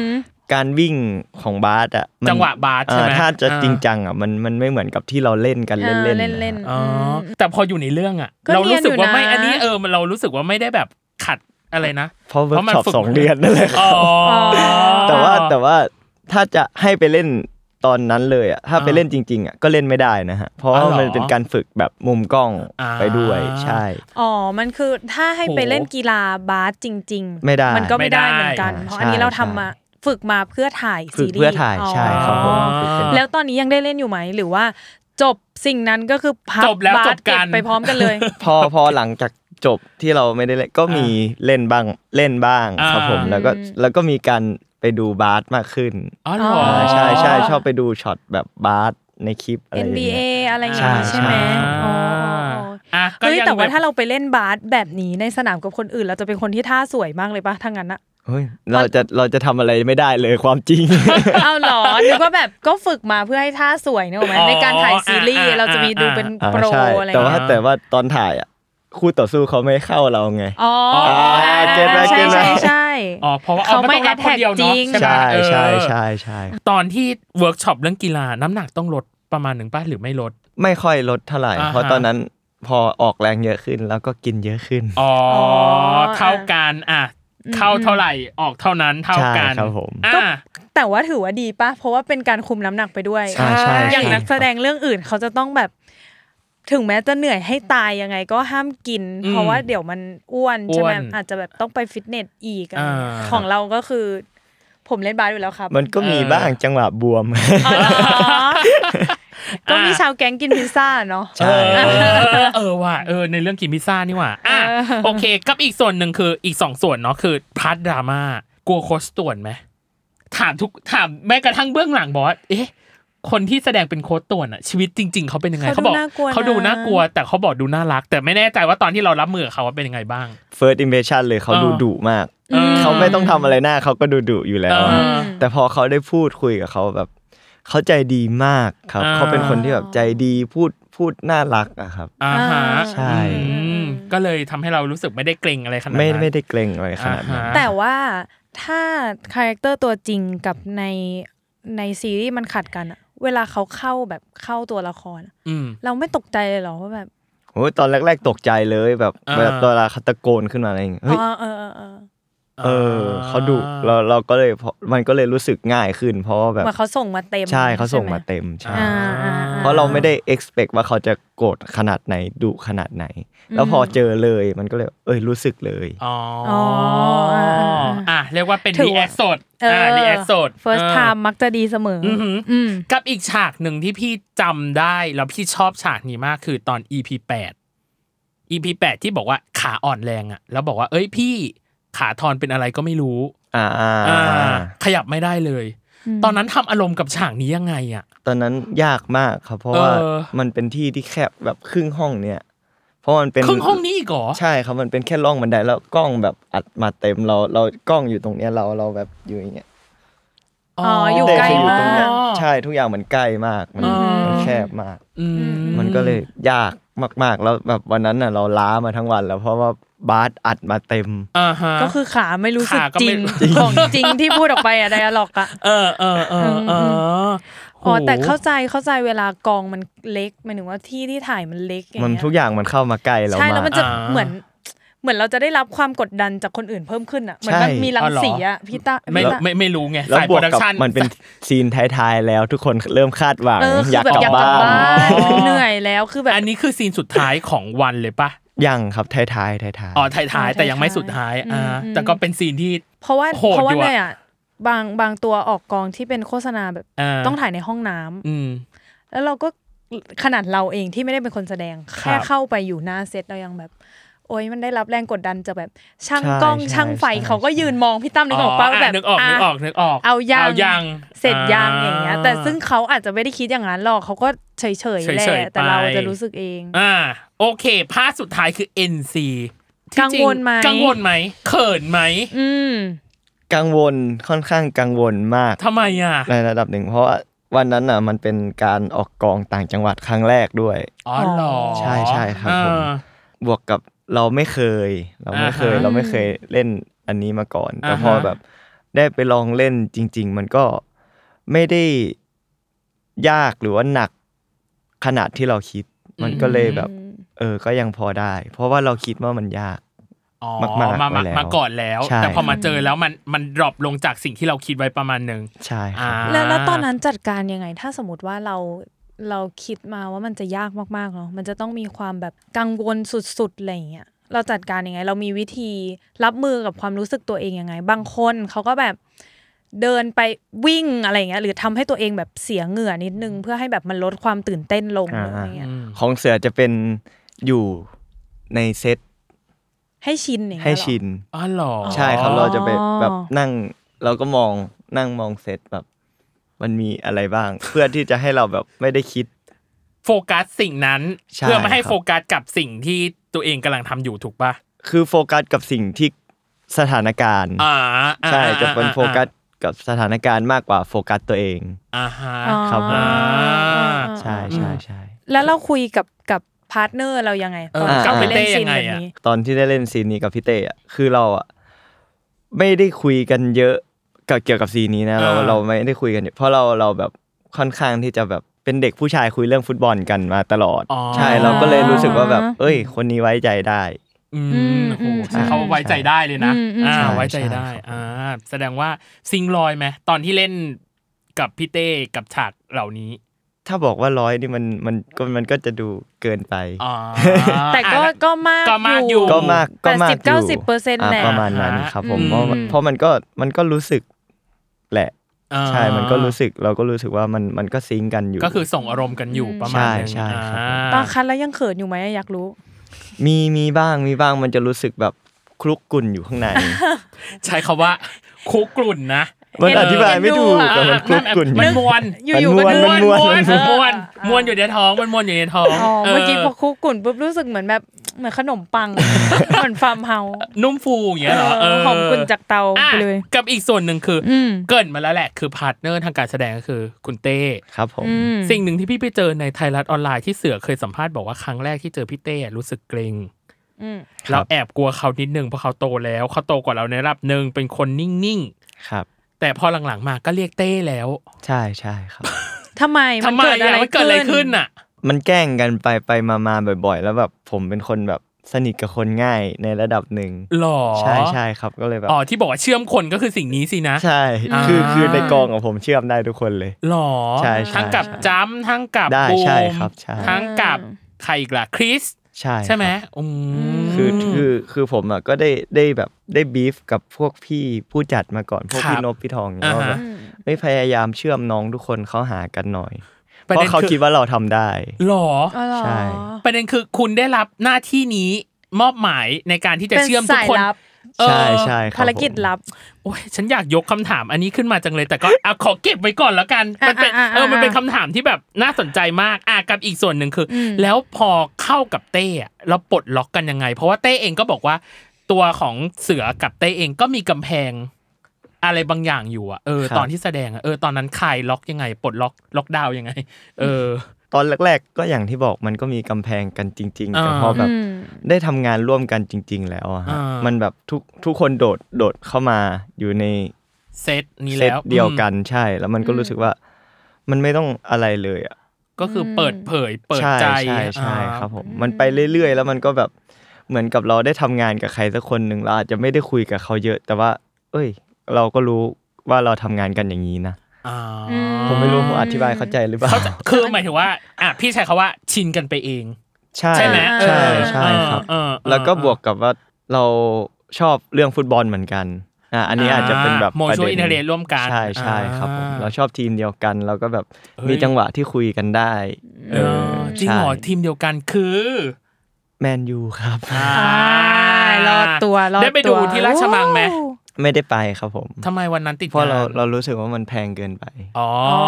การวิ่งของบาสอ่ะมัน จังหวะบาสใช่ไหม อ่ถ้าจะ อ่า จริงจังอ่ะมันมันไม่เหมือนกับที่เราเล่นกัน เอ เล่อนๆ เล่น นะ เล่น อ๋อแต่พออยู่ในเรื่องอ่ะ ก็ เรารู้สึกว่า เนียนอยู่นะ ไม่อันนี้เออมันเรารู้สึกว่าไม่ได้แบบขัดอะไรนะ เพราะเวิร์ เพ ก ราะมัน ช็อป ฝึก สองเดือนนั่นแหละ อ๋อ แต่ว่าแต่ว่าถ้าจะให้ไปเล่นตอนนั้นเลยอ่ะถ้าไปเล่นจริง ๆอ่ะก็เล่นไม่ได้นะฮะเพราะ อ๋อ ว่า เหรอ มันเป็นการฝึกแบบมุมกล้อง อ่า ไปด้วยใช่ อ๋อ มันคือถ้าให้ โห ไปเล่นกีฬาบาสจริง ๆ ไม่ได้ มันก็ไม่ได้ ไม่ได้ เหมือนกัน อ่า เพราะอันนี้เราทำมา ฝึกมาเพื่อถ่าย ฝึ ซี ก รีส์ เพื่อถ่ายใช่ครับผม อ๋อ ฝึกเป็น แล้วตอนนี้ยังได้เล่นอยู่ไหมหรือว่า จบสิ่งนั้นก็คือพับ จบแล้ว าส จบกัน เไปพร้อมกันเลย พอพอหลังจากจบที่เราไม่ได้เล่นก็มีเล่นบ้างเล่นบ้าง อ่า ครับผมแล้วก็ อืม แล้วก็มีการไปดูบาสมากขึ้น อ๋อเหรอ อ๋อ าใช่ใช่ชอบไปดูช็อตแบบบาสในคลิปอะไรอย่างเงี้ NBA ย อะไรอย่างงี้ ใช่ ใช่ไหมอ๋ออ๋อ อ่ะก็ เฮ้ย ยัง แต่ว่า บบ ถ้าเราไปเล่นบาสแบบนี้ในสนามกับคนอื่น เราจะเป็นคนที่ท่าสวยมากเลยปะถ้างั้นอะ เฮ้ยเราจะเราจะทำอะไรไม่ได้เลยความจริง เอาเหรอนึกว่าแบบก็ฝึกมาเพื่อให้ท่าสวยเนกอะไหมในการถ่ายซีรีส์เราจะมีดูเป็น อ่า โปร ใช่ อะไรอ แต่ ย่าง ว่า เงี้ย แต่ว่าตอนถ่ายอ่ะคู่ต่อสู้เขาไม่เข้าเราไง อ๋ออา เก็ตแล้ว ใช่ เก็ตแล้ว ใช่ใช่ อ๋อเพราะว่า เขา อ๋อต้องรับ ไม่ คนเดียวเนาะ attack จริง ไหม ใช่ เออ ใช่ใช่ใช่ ตอนที่เวิร์กช็อปเรื่องกีฬาน้ำหนักต้องลดประมาณหนึ่งป่ะหรือไม่ลด ไม่ค่อยลดเท่าไหร่ อ่าฮะ เพราะตอนนั้นพอออกแรงเยอะขึ้นแล้วก็กินเยอะขึ้น อ๋ออ อ เท่ากันอ่ะ อืม เข้าเท่าไหร่ออกเท่านั้นเท่ากัน ใช่ครับผม อ่ะ แต่ว่าถือว่าดีปะเพราะว่าเป็นการคุมน้ำหนักไปด้วย ใช่ใช่ อย่างนัก ใช่ แสดงเรื่องอื่นเขาจะต้องแบบถึงแม้จะเหนื่อยให้ตายยังไงก็ห้ามกิน อืม เพราะว่าเดี๋ยวมันอ้วนใช่ไหม อ้วน อาจจะแบบต้องไปฟิตเนสอีกอะไร อ่า เงี้ยของเราก็คือ ผมเล่นบาสอยู่แล้วครับ มันก็มีบ้างจังหวะบวม (laughs) อ๋อเหรอก็มีชาวแก๊งกินพิซซ่าเนาะเใช่ออเออว่ะเออในเรื่องกินพิซซ่านี่ว่ะอ่ะ เออ โอเคกับอีกส่วนหนึ่งคืออีกสองส่วนเนาะคือพาร์ทดราม่ากลัวโคชต่วนไหมถามทุกถามแม้กระทั่งเบื้องหลังบอกว่าเอ๊ะ คนที่แสดงเป็นโค้ชต่วนอะชีวิตจริง ๆเขาเป็นยังไง เขา บ ดู อก น่ากลัวนะ เขาดูน่ากลัว แต่เขาบอกดูน่ารัก แต่ไม่แน่ใจว่าตอนที่เรารับมือกับเขาว่าเป็นยังไงบ้าง first impression เลยเขา เออ ดูดุมาก ออ เขาไม่ต้องทำอะไรหน้าเขาก็ดูดุอยู่แล้ว เอ อะ อ แต่พอเขาได้พูดคุยกับเขาแบบ เขาใจดีมากครับ อ่า เขาเป็นคนที่แบบใจดีพูดพูดน่ารักอะครับ อ่าฮะ ใช่ อืมก็เลยทำให้เรารู้สึกไม่ได้เกรงอะไรขนาดนั้น ไม่ไม่ได้เกรงอะไรขนาดนั้น อ่ฮะ แต่ว่าถ้าคาแรคเตอร์ตัวจริงกับในในซีรีส์มันขัดกันอะเวลาเขาเข้าแบบเข้าตัวละครอะ อืม เราไม่ตกใจเลยเหรอว่าแบบ โอ้ยตอนแรก ๆ ตกใจเลยแบบ อ่า เวลาตอนเวลาเขาตะโกนขึ้นมาอะไรอย่างเงี้ย อ๋ เฮ้ย อเออเออเออ เออเขาดุเราเราก็เลยพอมันก็เลยรู้สึกง่ายขึ้น เพราะว่าแบบ เหมือนเขาส่งมาเต็ม ใช่เขาส่ง ไห มาเต็มใช่ อ่าอ่อ่ เพราะเราไม่ได้ expect ว่าเขาจะโกรธขนาดไหนดุขนาดไหน แล้วพอเจอเลยมันก็เลย เอ้ยรู้สึกเลย อ๋อ อ๋ออ่าอ่าอ่า อ่ะเรียกว่าเป็น ถื รี อ แอ ว่า คสด เออ อ่ารีแอคสด first time มักจะดีเสมออ อหือ อืม กับอีกฉากหนึ่งที่พี่จำได้แล้วพี่ชอบฉากนี้มากคือตอน EP 8 EP 8ที่บอกว่าขาอ่อนแรงอะแล้วบอกว่า เอ้ยพี่ขาทอนเป็นอะไรก็ไม่รู้ อ่าอ่า อ่า อ่า ขยับไม่ได้เลย อืม ตอนนั้นทำอารมณ์กับฉากนี้ยังไงอะ ตอนนั้นยากมากครับ เพราะว่า เออ มันเป็นที่ที่แคบแบบครึ่งห้องเนี่ย เพราะมันเป็น ครึ่งห้องนี้อีกเหรอ ใช่ครับมันเป็นแค่ร่องบันไดแล้วกล้องแบบอัดมาเต็มเราเรากล้องอยู่ตรงเนี้ยเราเราแบบอยู่อย่างเงี้ย อ๋ออยู่ แต่ ใกล้ คืออยู่ มา ตรง ก เนี้ยใช่ทุกอย่างมันใกล้มากมัน อืม มันแคบมาก อืม มันก็เลยยากมากๆ แล้วแบบวันนั้นน่ะเราล้ามาทั้งวัน แล้วเพราะว่าบาสอัดมาเต็ม อ่าฮะ ก็คือขาไม่รู้สึก ขาก็ จริ ไม่ งของจริงที่พูดออกไปอะไดอะล็อกอะ เออเออเออเอออ อ๋อแต่ โห เข้าใจเข้าใจเวลากองมันเล็กหมายถึงว่าที่ที่ถ่ายมันเล็กอย่าง มัน เงี้ย ทุกอย่างมันเข้ามาใกล้เรา ใช่แล้ว มา มั ก นจะ อ่า เหมือน เหมือนเราจะได้รับความกดดันจากคนอื่นเพิ่มขึ้นอ่ะเหมือนมัน ใช่ มีรัง อ๋อเหรอ สีอ่ะพี่ตา ไม่ พี่ตา ไม่ไม่รู้ไง แล้ว สาย บ โปร วก ดัก กับ ชั่น มันเป็นซีนท้ายๆแล้วทุกคนเริ่มคาดหวัง เออคืออยอาก แบบ กลับ อยากกลั บ้า บ น บ้าน อ๋อ เหนื่อยแล้วคือแบบ อันนี้คือซีนสุดท้ายของวันเลยปะ ยังครับท้ายๆท้ายๆ อ๋อท้ายๆแต่ยังไม่สุดท้าย อื อ่าม แต่ก็เป็นซีนที่ เพราะว่า โหด เพราะว่า อยู่อะ เนี่ยอะบางบางตัวออกกองที่เป็นโฆษณาแบบ อ่ ต้องถ่ายในห้องน้ำ อืม แล้วเราก็ขนาดเราเองที่ไม่ได้เป็นคนแสดง ครับ แค่เข้าไปอยู่หน้าเซตเรายังแบบ โอ้ยมันได้รับแรงกดดันจากแบบ ช่าง ใช่ กล้อง ใช่ ช่างไฟ ใช่ เขาก็ยืนมองพี่ตั้มนึกออกปะว่าแบบ นึกออกนึกออกนึกออก เอายาง เอายาง เสร็จยาง อ่า อย่างเงี้ย แต่ซึ่งเขาอาจจะไม่ได้คิดอย่างนั้นหรอกเขาก็เฉยเฉยๆแหละ เฉยๆ แต่เรา ไป จะรู้สึกเอง อ่าโอเคภาคสุดท้ายคือ NC ที่จริ กังวลไหม กังวลไหมเขินไหม อืม กังวลค่อนข้างกังวลมาก ทำไมอ่ะ ในระดับหนึ่งเพราะว่าวันนั้นน่ะมันเป็นการออกกองต่างจังหวัดครั้งแรกด้วย อ๋อเหรอ ใช่ใช่ครับผม อ่า บวกกับเราไม่เคย เราไม่เคย อ่าฮะ เราไม่เคยเล่นอันนี้มาก่อน แต่ อ่าฮะ พอแบบได้ไปลองเล่นจริง ๆ มันก็ไม่ได้ยากหรือว่าหนักขนาดที่เราคิด มันก็เลยแบบ เออก็ยังพอได้ เพราะว่าเราคิดว่ามันยาก อ๋อ มากๆ มา ไว้แล้ว มาก่อนแล้ว ใช่ แต่พอมาเจอแล้วมันมันดรอปลงจากสิ่งที่เราคิดไว้ประมาณหนึ่ง ใช่ค อ่า รับ แล้วแล้วตอนนั้นจัดการยังไง ถ้าสมมติว่าเราเราคิดมาว่ามันจะยากมากๆเนาะมันจะต้องมีความแบบกังวลสุดๆอะไรอย่างเงี้ยเราจัดการยังไง เรามีวิธีรับมือกับความรู้สึกตัวเองยังไง บางคนเขาก็แบบ เดินไปวิ่งอะไรอย่างเงี้ยหรือทำให้ตัวเองแบบเสียเหงื่อนิดนึง เพื่อให้แบบมันลดความตื่นเต้นลง อ่า อะไรเงี้ย ของเสือจะเป็นอยู่ในเซต ให้ชินอย่าง ให้ เงี้ยเรอ ชิน อ๋อเหรอ ใช่ครับ อ๋อ เราจะไปแบบนั่งเราก็มองนั่งมองเซตแบบ มันมีอะไรบ้าง (laughs) เพื่อที่จะให้เราแบบไม่ได้คิด โฟกัสสิ่งนั้น ใช่ เพื่อไม่ให้ ครับ โฟกัสกับสิ่งที่ตัวเองกำลังทำอยู่ถูกปะ คือโฟกัสกับสิ่งที่สถานการณ์ อ่าอ่า ใช่ อ่า จะเป็น อ่า โฟกัสกับสถานการณ์มากกว่าโฟกัสตัวเอง อ่าฮะ อ๋อ ครับผม อ่าอ่าอ่า ใช่ใช่ใช่ แล้วเราคุยกับกับพาร์ทเนอร์เรายังไง เอตออน กับ ไปเล่น เต้ ซีน ยังไง แบบ อะ นี้ ตอนที่ได้เล่นซีนนี้กับพี่เต้อะคือเราอะไม่ได้คุยกันเยอะกับเกี่ยวกับซีนนี้นะเรา อ่า เราไม่ได้คุยกันเยอะเพราะเราเราแบบค่อนข้างที่จะแบบเป็นเด็กผู้ชายคุยเรื่องฟุตบอลกันมาตลอด อ๋อ ใช่เราก็เลยรู้สึกว่าแบบ เอ้ย คนนี้ไว้ใจได้ อืมโอ้โห ใช่ เขาไว้ใจได้เลยนะ อ่า ใช่ ไว้ใจได้ ใช่ครับ อ่า แสดงว่าซิงค์ลอยไหมตอนที่เล่นกับพี่เต้กับฉากเหล่านี้ ถ้าบอกว่าร้อยนี่มันมันก็มันก็จะดูเกินไป อ๋อ แต่ก็ก็มาก ก็มากอยู่ ก็มากก็มาก 80-90% อยู่ เปอร์เซ็นต์ อ่ะ แหละ ประมาณนั้นครับผม อืม เพราะเพราะมันก็มันก็รู้สึกแหละ อ่า ใช่มันก็รู้สึกเราก็รู้สึกว่ามันมันก็ซิงก์กันอยู่ ก็คือส่งอารมณ์กันอยู่ อืม ประมาณนึง ใช่ใช่ครับ อ่า ตอนคัดแล้วยังเขินอยู่ไหมอยากรู้ มีมีบ้างมีบ้างมันจะรู้สึกแบบคลุกกลุ่นอยู่ข้างใน ใช้คำว่าคุกรุ่นนะ มันอธิบายไม่ถูก เออแต่มันคลุกกลุ่น มันม อยู่ วน อยู่ มั ๆก็ น นึก ว มั ว่าน มวนมันมวนมวนอยู่ในท้องมันมวนอยู่ในท้อง อ๋อเมื่อกี้พอคุกกุ่นปุ๊บรู้สึกเหมือนแบบเหมือนขนมปัง (laughs) เหมือนฟาร์มเฮาส์ นุ่มฟูอย่างเงี้ยเหรอ เอ เอ อ อ หอมกุ่นจากเตา อ่ะ ไปเลย กับอีกส่วนหนึ่งคืออ อืม เกรินมาแล้วแหละ คือพาร์ทเนอร์ทางการแสดงก็คือคุณเต้ ครับผม อืม สิ่งหนึ่งที่พี่ไปเจอในไทยรัฐออนไลน์ที่เสือเคยสัมภาษณ์บอกว่าครั้งแรกที่เจอพี่เต้รู้สึกเกรง อืม เราแอบกลัวเขานิดนึงเพราะเขาโตแล้วเขาโตกว่าเราในระดับหนึ่งเป็นคนนิ่ง ครับ ๆ แต่พอหลังๆมาก็เรียกเต้แล้ว ใช่ใช่ครับ ทำไม ทำไมอะมันเกิดอะไรขึ้น อ่ะ อ่ะ มันแกล้งกันไปไปมามาบ่อย ๆ แล้วแบบผมเป็นคนแบบสนิทกับคนง่ายในระดับหนึ่ง หรอ ใช่ใช่ครับก็เลยแบบ อ๋อที่บอกว่าเชื่อมคนก็คือสิ่งนี้สินะ ใช่ อ่า คือคือในกองของผมเชื่อมได้ทุกคนเลย หรอ ใช่ใช่ ทั้งกับ ใช่ จ้ำทั้งกับ ได้ บูม ใช่ครับใช่ ทั้งกับใครอีกล่ะคริส ใช่ ใช่ไหม ครับ อืม คือคือคือผมอ่ะก็ได้ได้แบบได้บีฟกับพวกพี่ผู้จัดมาก่อนพวกพี่นพพี่ทองเนี่ย า ว่า ฮะ แบบไม่พยายามเชื่อมน้องทุกคนเข้าหากันหน่อย ประ เพ ด็น ราะเขา อ คิดว่าเราทำได้ หรอ อ๋อเหรอ ใช่ ประเด็นคือคุณได้รับหน้าที่นี้มอบหมายในการที่จะเชื่อมทุกคน เป็สายลับ เออ ใช่ใช่ครับ ภารกิจ ผม ลับ โอ้ยฉันอยากยกคำถามอันนี้ขึ้นมาจังเลย แต่ก็เอาขอเก็บไว้ก่อนแล้วกัน อ่ะ มันเป็น อ่ะอ่ะ เออมันเป็น อ่ะ คำถามที่แบบน่าสนใจมากอ่ะกับอีกส่วนหนึ่งคืออ ม แล้วพอเข้ากับเต้อะเราปลดล็อกกันยังไง เพราะว่าเต้เองก็บอกว่า ตัวของเสือกับเต้เองก็มีกำแพง อะไรบางอย่างอยู่อะเออ ครับ ตอนที่แสดงอะเออตอนนั้นคลายล็อกยังไง ปลดล็อกล็อกดาวน์ยังไง เออ ตอนแรก ๆ ก็อย่างที่บอกมันก็มีกำแพงกันจริง ๆ แต่ อ่า พอแบบ อืม ได้ทำงานร่วมกันจริง ๆ แล้วอะฮะ อ่ามั มันแบบทุกทุกคนโดดโดดเข้ามาอยู่ใน เซตนี้ เซต แล้ว เดียวกั อื นใช่ แล้วมันก็ อืม รู้สึกว่า มันไม่ต้องอะไรเลยอ่ะ มก็คือเปิดเผยเปิด ใช่ ใจ ใช่ใช่ อ่า ครับผมมันไปเรื่อยๆ แล้วมันก็แบบเหมือนกับเราได้ทำงานกับใครสักคนหนึ่งเราอาจจะไม่ได้คุยกับเขาเยอะ แต่ว่า เอ้ย เราก็รู้ว่าเราทำงานกันอย่างนี้นะ อ่า อืม ผมไม่รู้ผมอธิบายเข้าใจหรือเปล่า เขาจะคือหมายถึงว่าอ่ะพี่ใช้คาว่าชินกันไปเอง ใช่ ใช่ไหม ใช่ เออ ใช่ครับ เออเออเออ แล้วก็บวกกับว่าเราชอบเรื่องฟุตบอลเหมือนกันอ่ะอันนี้อาจจะเป็นแบบ โม ประ ช่วย เด็ อินเทอร์เน็ตร่วมกัน ใช่ใช่ครับผม อ่ เราชอบทีมเดียวกัน เราก็แบบ เฮ้ย มีจังหวะที่คุยกันได้ เออจริงเหรอ ใช่ ทีมเดียวกันคือ แมนยูครับ อ่า อ่ารอดตัวรอดตัว ได้ไปดูที่ราชมังไหม ไม่ได้ไปครับผม ทำไมวันนั้นติด เพราะเรา งน เรารู้สึกว่ามันแพงเกินไป อ๋อ อ๋อ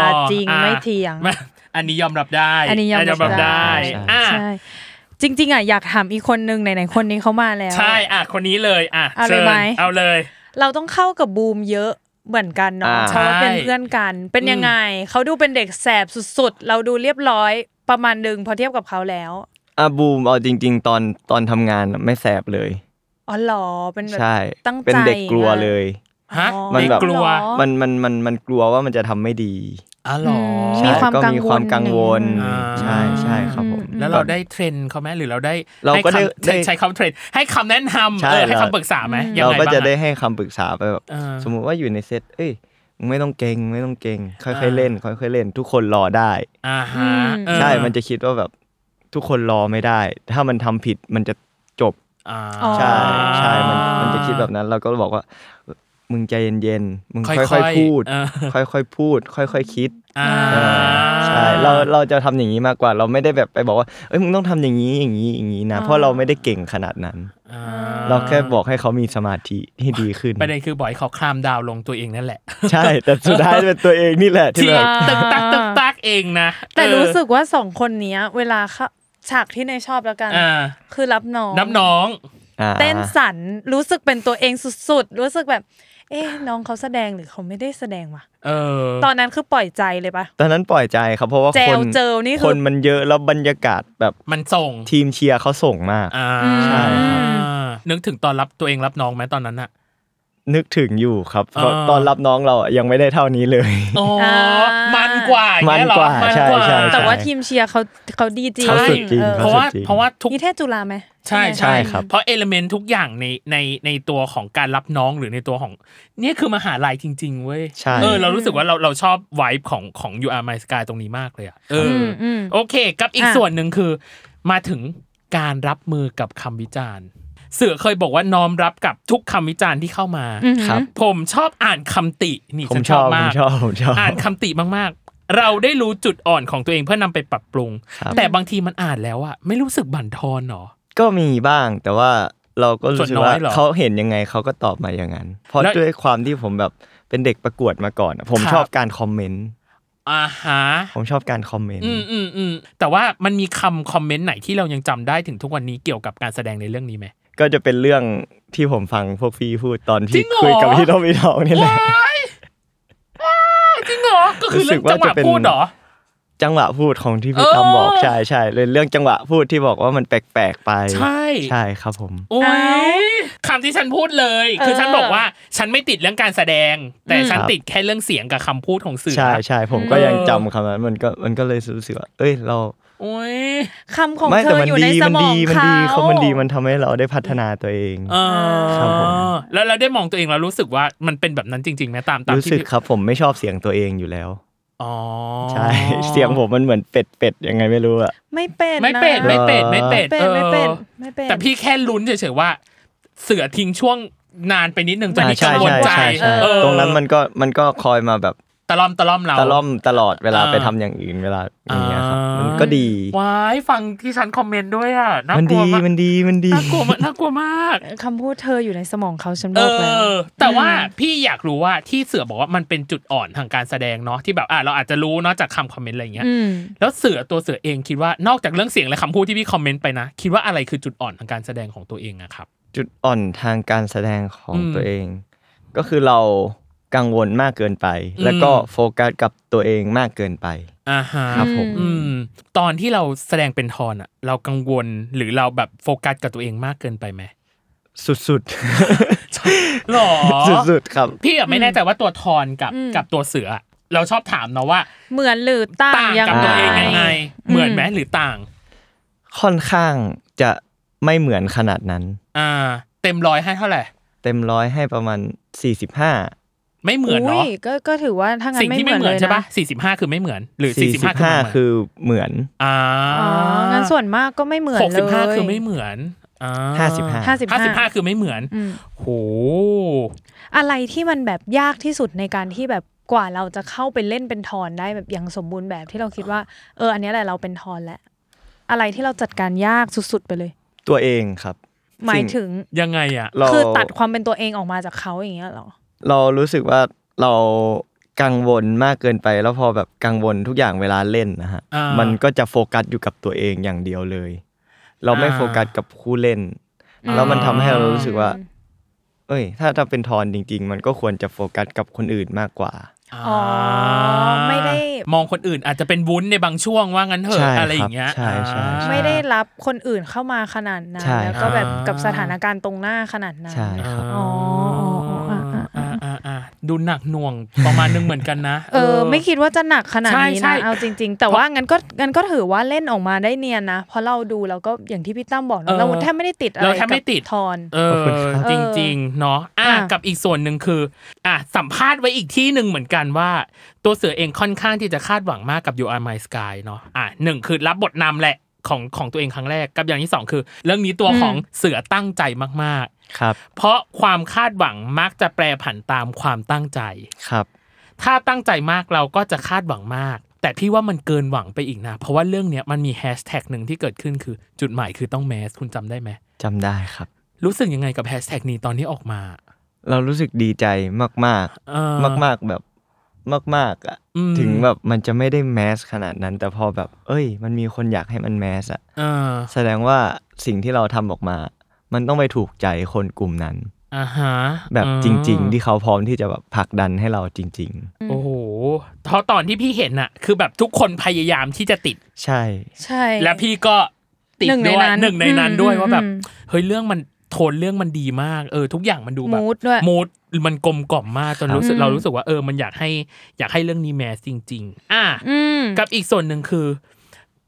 อ่า จริงไม่เถียง ไม่ (laughs) อันนี้ยอมรับได้ อันนี้ยอมรับได้ ใช่ อ่ะ ใช่จริง ๆอ่ะอยากถามอีกคนนึงไหนๆคนนี้เขามาแล้ว ใช่อ่ะคนนี้เลยอ่ะ เอาเลย ชิญ ไหม เอาเลย เราต้องเข้ากับบูมเยอะเหมือนกันเนาะ อ่า เพราะว่าเป็นเพื่อนกันเป็นยังไง เขาดูเป็นเด็กแสบสุดๆ เราดูเรียบร้อยประมาณหนึ่งพอเทียบกับเขาแล้ว อ่ะบูมเอาจริง ๆ ตอนตอนทำงานน่ะไม่แสบเลย อ๋อเหรอเป็นแบบ ใช่ ตั้งใจ เป็นเด็กกลัว อย่างเงี้ย เลย ฮะ อ๋อ มันแบบ กลัว เหรอ มันมันมันมันกลัวว่ามันจะทำไม่ดี อ๋อเหรอ ม ใช่ มีความ ก็มีความ กั กั ง ง ว ว ล ล อ่า ใช่ใช่ครับผม แล้วเราได้เทรนเขาไหมหรือเราได้ เราก็ได้ ให้คำ ได้ ใช้คำเทรนให้คำแนะนำ ใช่ เออให้ เรา คำปรึกษาไหม อืม ยัง เรา ไง ก็ บ้าง จะ อะ ได้ให้คำปรึกษาไปแบบ เออ สมมุติว่าอยู่ในเซตเอ้ยมึงไม่ต้องเก่งไม่ต้องเก่งค่อย อ่า ๆเล่น ค่อยๆเล่น ทุกคนรอได้ อ่าฮะ อืม เออ ใช่มันจะคิดว่าแบบทุกคนรอไม่ได้ ถ้ามันทำผิดมันจะจบ อ่า อ๋อ ใช่ใช่ มันมันจะคิดแบบนั้น เราก็บอกว่า มึงใจเย็นๆมึง ค่ ค่ อยๆ อยๆพูด เออ ค่อยๆพูด ค่อยๆคิด อ่า ใช่เราเราจะทำอย่างนี้มากกว่า เราไม่ได้แบบไปบอกว่าเอ้ยมึงต้องทำอย่างนี้อย่างนี้อย่างนี้นะ เพราะเราไม่ได้เก่งขนาดนั้น อ่ เราแค่บอกให้เขามีสมาธิที่ดีขึ้น ประเด็นคือบ่อยเขาคลามดาวลงตัวเองนั่นแหละ ใช่ แต่สุดท้ายเป็นตัวเองนี่แหละที่ที่แบบ ตึกตักตึกตักเองนะ แต่ เออ รู้สึกว่าสองคนเนี้ย เวลาเข้าฉากที่ในยชอบแล้วกัน อ่า คือรับน้อง น้ำน้อง อ่า เต้นสันรู้สึกเป็นตัวเองสุดๆ รู้สึกแบบ เอ๊ะน้องเขาแสดงหรือเขาไม่ได้แสดงวะ เออ ตอนนั้นคือปล่อยใจเลยปะ ตอนนั้นปล่อยใจครับเพราะว่า แจว คน เจอนี่คือ คนมันเยอะแล้วบรรยากาศแบบ มันส่ง ทีมเชียร์เขาส่งมาก อ่า ใช่ นึกถึงตอนรับตัวเองรับน้องไหมตอนนั้นอะ นึกถึงอยู่ครับเพราะ อ่า ตอนรับน้องเราอะยังไม่ได้เท่านี้เลย อ๋ออา มันกว่าอย่งเงี้ยเหรอ มันกว่าใช่ใช่ใช่ แต่ว่าทีมเชียร์เขาเขาดีจริง ใช่ เขาสุดจริง เออ เพราะว่า เขาสุดจริง เพราะว่าทุก นี่เทศจุฬาไหม ใช่ ใช่ ใช่ ครับ เพราะเอลเมนต์ทุกอย่างในในในตัวของการรับน้องหรือในตัวของ เนี่ยคือมหาลัยจริง ๆ เว้ย ใช่ เออเรารู้สึกว่าเราเราชอบไวบ์ของของ U R My Sky ตรงนี้มากเลยอ่ะเอออ มอืม โอเค กับอีก อ่ะ ส่วนหนึ่งคือ มาถึงการรับมือกับคำวิจารณ์เสือเคยบอกว่าน้อมรับกับทุกคำวิจารณ์ที่เข้ามา อือหือ ครับ ผมชอบอ่านคำตินี่ ผม ฉัน ช ชอบอผมบาม ก ชอบผมชอบ อ่านคำติมากๆ เราได้รู้จุดอ่อนของตัวเองเพื่อนำไปปรับปรุง ครับ แต่บางทีมันอ่านแล้วอะไม่รู้สึกบั่นทอนหรอ ก็มีบ้างแต่ว่าเราก็รู้สึก ส่วนน้ ว่า อยเหรอ เขาเห็นยังไงเขาก็ตอบมาอย่างนั้น เพราะ แล้ว ด้วยความที่ผมแบบเป็นเด็กประกวดมาก่อนอะผม ครับ ชอบการคอมเมนต์ อ่าฮะ ผมชอบการคอมเมนต์ อืมอืมอืมแต่ว่ามันมีคำคอมเมนต์ไหนที่เรายังจำได้ถึงทุกวันนี้เกี่ยวกับการแสดงในเรื่องนี้ไหม ก็จะเป็นเรื่องที่ผมฟังพวกพี่พูดตอน จริ ที่ งเหรอ คุยกับพี่น้องพี่น้องนี่แหละ จริงเหรอ ก็คือเรื่องจังหวะพูดเหรอ จังหวะพูดของที่พี่ตั้ม เออ บอกใช่ใช่เลยเรื่องจังหวะพูดที่บอกว่ามันแปลกๆไป ใช่ ใช่ครับผม โอ้ เอ้ ยคำที่ฉันพูดเลย คือ เออ ฉันบอกว่าฉันไม่ติดเรื่องการแสดง แต่ฉัน ครับ ติดแค่เรื่องเสียงกับคำพูดของสื่อ ใช่ นะ ใช่ผมก็ยังจำคำนั้นมันก็มันก็เลยรู้สึกว่าเอ้ยเรา โอ้ย คำของ ไม่ เธ แต่ อ มัน อยู่ใน ดี ส มัน มอ ดี ง มันดี เขา เขามันดีมันทำให้เราได้พัฒนาตัวเอง เออ ครับผม แล้วเราได้มองตัวเองแล้วรู้สึกว่ามันเป็นแบบนั้นจริงๆไหมตามตาม รู้ ที่ สึก พี่ ครับผมไม่ชอบเสียงตัวเองอยู่แล้ว อ๋อ ใช่ (laughs) เสียงผมมันเหมือนเป็ดเป็ดยังไงไม่รู้อะ ไม่เป็น ไม่เป็ด นะ ไม่เป็ดไม่เป็ด ไม่เป็น ออ ไม่เป็นไม่เป็น แต่พี่แค่ลุ้นเฉยๆว่า เสือทิ้งช่วงนานไปนิดนึงจน อ่า พี่ ใช่ กังวล ใช่ ใจ ใช่ใช่ เออ ตรงนั้นมันก็มันก็คอยมาแบบ ตะล่อมตะล่อมเรา ตะล่อมตลอดเวลา อ่า ไปทำอย่างอื่นเวลาอย่างเงี้ยครับ อ่ามั มันก็ดี ว้ายฟังที่ฉันคอมเมนต์ด้วยอ่ะน่า มัน กลัว ดี มาก มันดีมันดี น่ากลัวมากน่ากลัวมาก คำพูดเธออยู่ในสมองเขาฉันบ เอ อกแล้ว อ แต่ว่าพี่อยากรู้ว่าที่เสือบอกว่ามันเป็นจุดอ่อนทางการแสดงเนาะที่แบบอ่ะเราอาจจะรู้เนาะจากคำคอมเมนต์อะไรอย่างเงี้ย อืม แล้วเสือตัวเสือเองคิดว่านอกจากเรื่องเสียงและคำพูดที่พี่คอมเมนต์ไปนะคิดว่าอะไรคือจุดอ่อนทางการแสดงของตัวเองอะครับ จุดอ่อนทางการแสดงของ อืม ตัวเอง ก็คือเรากังวลมากเกินไป อืม แล้วก็โฟกัสกับตัวเองมากเกินไป อ่าฮะ ครับผม อืมตอนที่เราแสดงเป็นทอนอะเรากังวลหรือเราแบบโฟกัสกับตัวเองมากเกินไปไหม สุด หรอ ๆ สุดๆครับ พี่อะไม่แน่ใจว่าตัวทอนกับกับตัวเสืออะเราชอบถามเนาะว่า เหมือนหรือต่าง ต่าง ยัง กับ ไง ตัวเองยังไง อืม เหมือนไหมหรือต่าง ค่อนข้างจะไม่เหมือนขนาดนั้น อ่า เต็มร้อยให้เท่าไหร่ เต็มร้อยให้ประมาณ 45 ไม่เหมือนเนาะ ยก็ก็ถือว่าถ้างั้ สิ่ง นไม่ ที่ เห ไม่ มือน เหมื เล อน ย ใช่ นะ ปะสี่สิบห้าคือไม่เหมือน หรือสี่สิบห้า 45 คือเหมือน อ่า อ๋องั้นส่วนมากก็ไม่เหมือน หก เลย สิบห้าคือไม่เหมือนอ่ 55 55 ห้าสิบห้าคือไม่เหมือน อืม โห อะไรที่มันแบบยากที่สุดในการที่แบบกว่าเราจะเข้าไปเล่นเป็นทอนได้แบบอย่างสมบูรณ์แบบที่เราคิดว่า เออ อันเนี้ยแหละเราเป็นทอนแหละ อะไรที่เราจัดการยากสุดๆไปเลย ตัวเองครับ หมายถึง ยังไงอะ เรา คือตัดความเป็นตัวเองออกมาจากเขาอย่างเงี้ยเหรอ เรารู้สึกว่าเรากังวลมากเกินไป แล้วพอแบบกังวลทุกอย่างเวลาเล่นนะฮะ อ่ามั มันก็จะโฟกัสอยู่กับตัวเองอย่างเดียวเลย เราไม่ อ่า โฟกัสกับผู้เล่น แล้วมันทำให้เรารู้สึกว่า อืม เอ้ย ถ้าถ้าเป็นทอนจริง ๆ มันก็ควรจะโฟกัสกับคนอื่นมากกว่า อ๋อไม่ได้ มองคนอื่นอาจจะเป็นวุ้นในบางช่วงว่างั้นเถ ใช่ อะ ครับ อะไรอย่างเงี้ย ใช่ใช่ อ่า ใช่ ไม่ได้รับคนอื่นเข้ามาขนาดนั้น ใช่ แล้วก็แบบ อ่ากั กับสถานการณ์ตรงหน้าขนาดนั้น ใช่ครับ อ๋ออ๋ออ๋ออ่ะอ่ะ อ่าอ่าดูหนักหน่วงประมาณนึงเหมือนกันนะ เออไม่คิดว่าจะหนักขนาดนี้ ใช่ นะ ใช่ เอาจริง ๆ แต่ว่างั้นก็งั้นก็ถือว่าเล่นออกมาได้เนียนนะเพราะเราดูแล้วก็อย่างที่พี่ตั้มบอกนะเราแทบไม่ได้ติดอะไร เราแทบไม่ติด กับทอน เอ ขอบคุณ อ ครับ จริงๆเนาะอ่ะ อ่ะ กับอีกส่วนหนึ่งคือ อ่ะสัมภาษณ์ไว้อีกที่หนึ่งเหมือนกันว่า ตัวเสือเองค่อนข้างที่จะคาดหวังมากกับ You Are My Sky เนาะอ่ะหนึ่งคือรับบทนำแหละของของตัวเองครั้งแรกกับอย่างที่สองคือ เรื่องนี้ตัวของเสือตั้งใจมากๆ ครับ เพราะความคาดหวังมักจะแปรผันตามความตั้งใจ ครับ ถ้าตั้งใจมากเราก็จะคาดหวังมาก แต่พี่ว่ามันเกินหวังไปอีกนะ เพราะว่าเรื่องเนี้ยมันมีแฮชแท็กหนึ่งที่เกิดขึ้นคือจุดหมายคือต้องแมสคุณจำได้ไหม จำได้ครับ รู้สึกยังไงกับแฮชแท็กนี้ตอนที่ออกมา เรารู้สึกดีใจมาก เออ ๆ มากๆแบบมากๆอ่ะ อืม ถึงแบบมันจะไม่ได้แมสขนาดนั้น แต่พอแบบ เอ้ย มันมีคนอยากให้มันแมสอ่ะ เออ แสดงว่าสิ่งที่เราทำออกมา มันต้องไปถูกใจคนกลุ่มนั้น อ่าฮะ แบบ เออ จริง ๆ ที่เขาพร้อมที่จะแบบผลักดันให้เราจริง โอ้โหเพราะตอนที่พี่เห็นอะคือแบบทุกคนพยายามที่จะติด ๆ ใช่ ใช่ และพี่ก็ติด หนึ่งใน ด้วย นั้น หนึ่งในนั้น อืม ด้วยว่าแบบ อืม เฮ้ยเรื่องมันโทนเรื่องมันดีมาก เออ ทุกอย่างมันดูแบบ Mood ด้วย mood มันกลมกล่อมมากจนรู้สึก อืม เรารู้สึกว่าเออมันอยากให้อยากให้เรื่องนี้แมสจริง ๆ อ่ะ อืม กับอีกส่วนหนึ่งคือ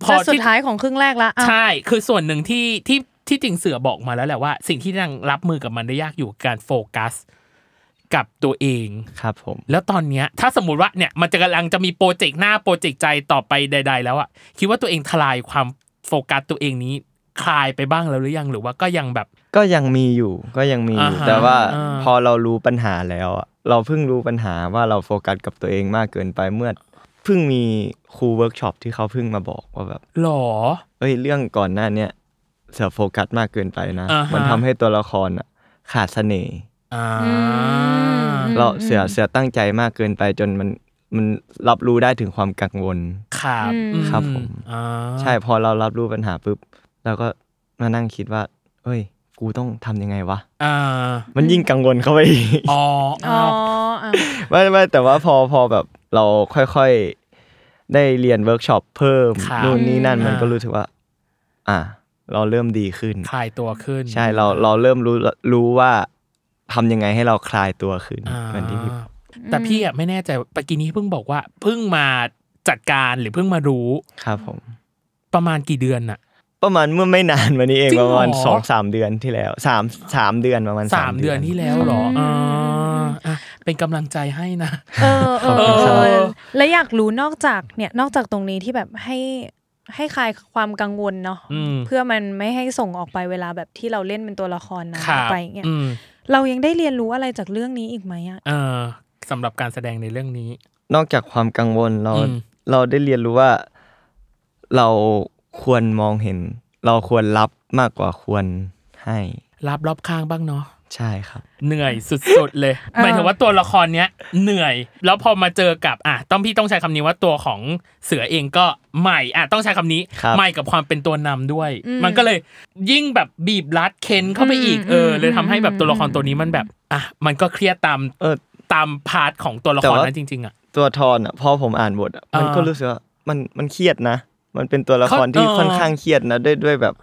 พอ แต่สุด ที่ ท้ายของครึ่งแรกละอ่ะ ใช่ คือส่วนหนึ่งที่ที่ที่จริงเสือบอกมาแล้วแหละว่า สิ่งที่นางรับมือกับมันได้ยากอยู่การโฟกัส กับตัวเอง ครับผม แล้วตอนเนี้ยถ้าสมมติว่าเนี่ยมันจะกำลังจะมีโปรเจกต์หน้าโปรเจกต์ใจต่อไปใด ๆ แล้วอะคิดว่าตัวเองทลายความโฟกัสตัวเองนี้คลายไปบ้างแล้วหรือยังหรือว่าก็ยังแบบ ก็ยังมีอยู่ก็ยังมีอยู่ อ่าฮะ แต่ว่า อ่า พอเรารู้ปัญหาแล้วอะเราเพิ่งรู้ปัญหาว่าเราโฟกัสกับตัวเองมากเกินไปเมื่อเพิ่งมีครูเวิร์กช็อปที่เขาเพิ่งมาบอกว่าแบบ หรอ เอ้ยเรื่องก่อนหน้าเนี้ยเสือโฟกัสมากเกินไปนะ อ่าฮะ มันทำให้ตัวละครอะขาดเสน่ห์ อ่า เราเสือเสือตั้งใจมากเกินไปจนมันมันรับรู้ได้ถึงความกังวล ครับอื ครับผม อ่า ใช่พอเรารับรู้ปัญหาปุ๊บเราก็มานั่งคิดว่า เอ้ย กูต้องทำยังไงวะ อ่า มันยิ่งกังวลเข้าไปอีก อ๋ออ๋ อ๋ อ อ อ อ่ะ ไม่ไม่แต่ว่าพอพอแบบเราค่อยๆ ได้เรียนเวิร์กช็อปเพิ่ม ครับ นู่นนี่นั่น อืม มันก็รู้สึกว่า อ่ะเราเริ่มดีขึ้น คลายตัวขึ้น ใช่เราเราเริ่มรู้รู้ว่าทำยังไงให้เราคลายตัวขึ้น อ่า เหมือนที่พี่ แต่พี่อะไม่แน่ใจปกินี้เพิ่งบอกว่า เพิ่งมาจัดการหรือเพิ่งมารู้ ครับผม ประมาณกี่เดือนน่ะ ประมาณเมื่อไม่นานมานี้เอง จริง ป เหรอ ระมาณสองสามเดือนที่แล้วสามสามเดือนประมาณ สามเดือนที่แล้วเหรออ่าอ่ะเป็นกำลังใจให้นะ เออเออ ขอบคุณครั เอบ อและอยากรู้นอกจากเนี่ยนอกจากตรงนี้ที่แบบให้ให้คลายความกังวลเนาะ อืม เพื่อมันไม่ให้ส่งออกไปเวลาแบบที่เราเล่นเป็นตัวละครนะ ครั ออบ กไปอย่างเงี้ย อืม เรายังได้เรียนรู้อะไรจากเรื่องนี้อีกไหมอ่ะ เออสำหรับการแสดงในเรื่องนี้ นอกจากความกังวลเรา อืม เราได้เรียนรู้ว่าเราควรมองเห็น เราควรรับมากกว่าควรให้ รับรอบข้างบ้างเนาะ ใช่ครับ เหนื่อยสุดๆเลยหมายถึงว่าตัวละครเนี้ยเหนื่อย แล้วพอมาเจอกับอ่ะต้องพี่ต้องใช้คำนี้ว่าตัวของเสือเองก็ใหม่อ่ะต้องใช้คำนี้ ครับ ใหม่กับความเป็นตัวนำด้วย มันก็เลยยิ่งแบบบีบรัดเค้นเข้าไปอีกเออเลยทำให้แบบตัวละครตัวนี้มันแบบอ่ะมันก็เครียดตาม เออ ตามพาร์ทของตัวละค แต่ ร ว่า นั้นจริงๆอ่ะ ตัวทอนอ่ะพอผมอ่านบทอ่ะมันก็ อ่ารู้ รู้สึกว่ามันมันเครียดนะ มันเป็นตัวละคร เขา ที่ เออ ค่อนข้างเครียดนะด้วยด้วยแบบ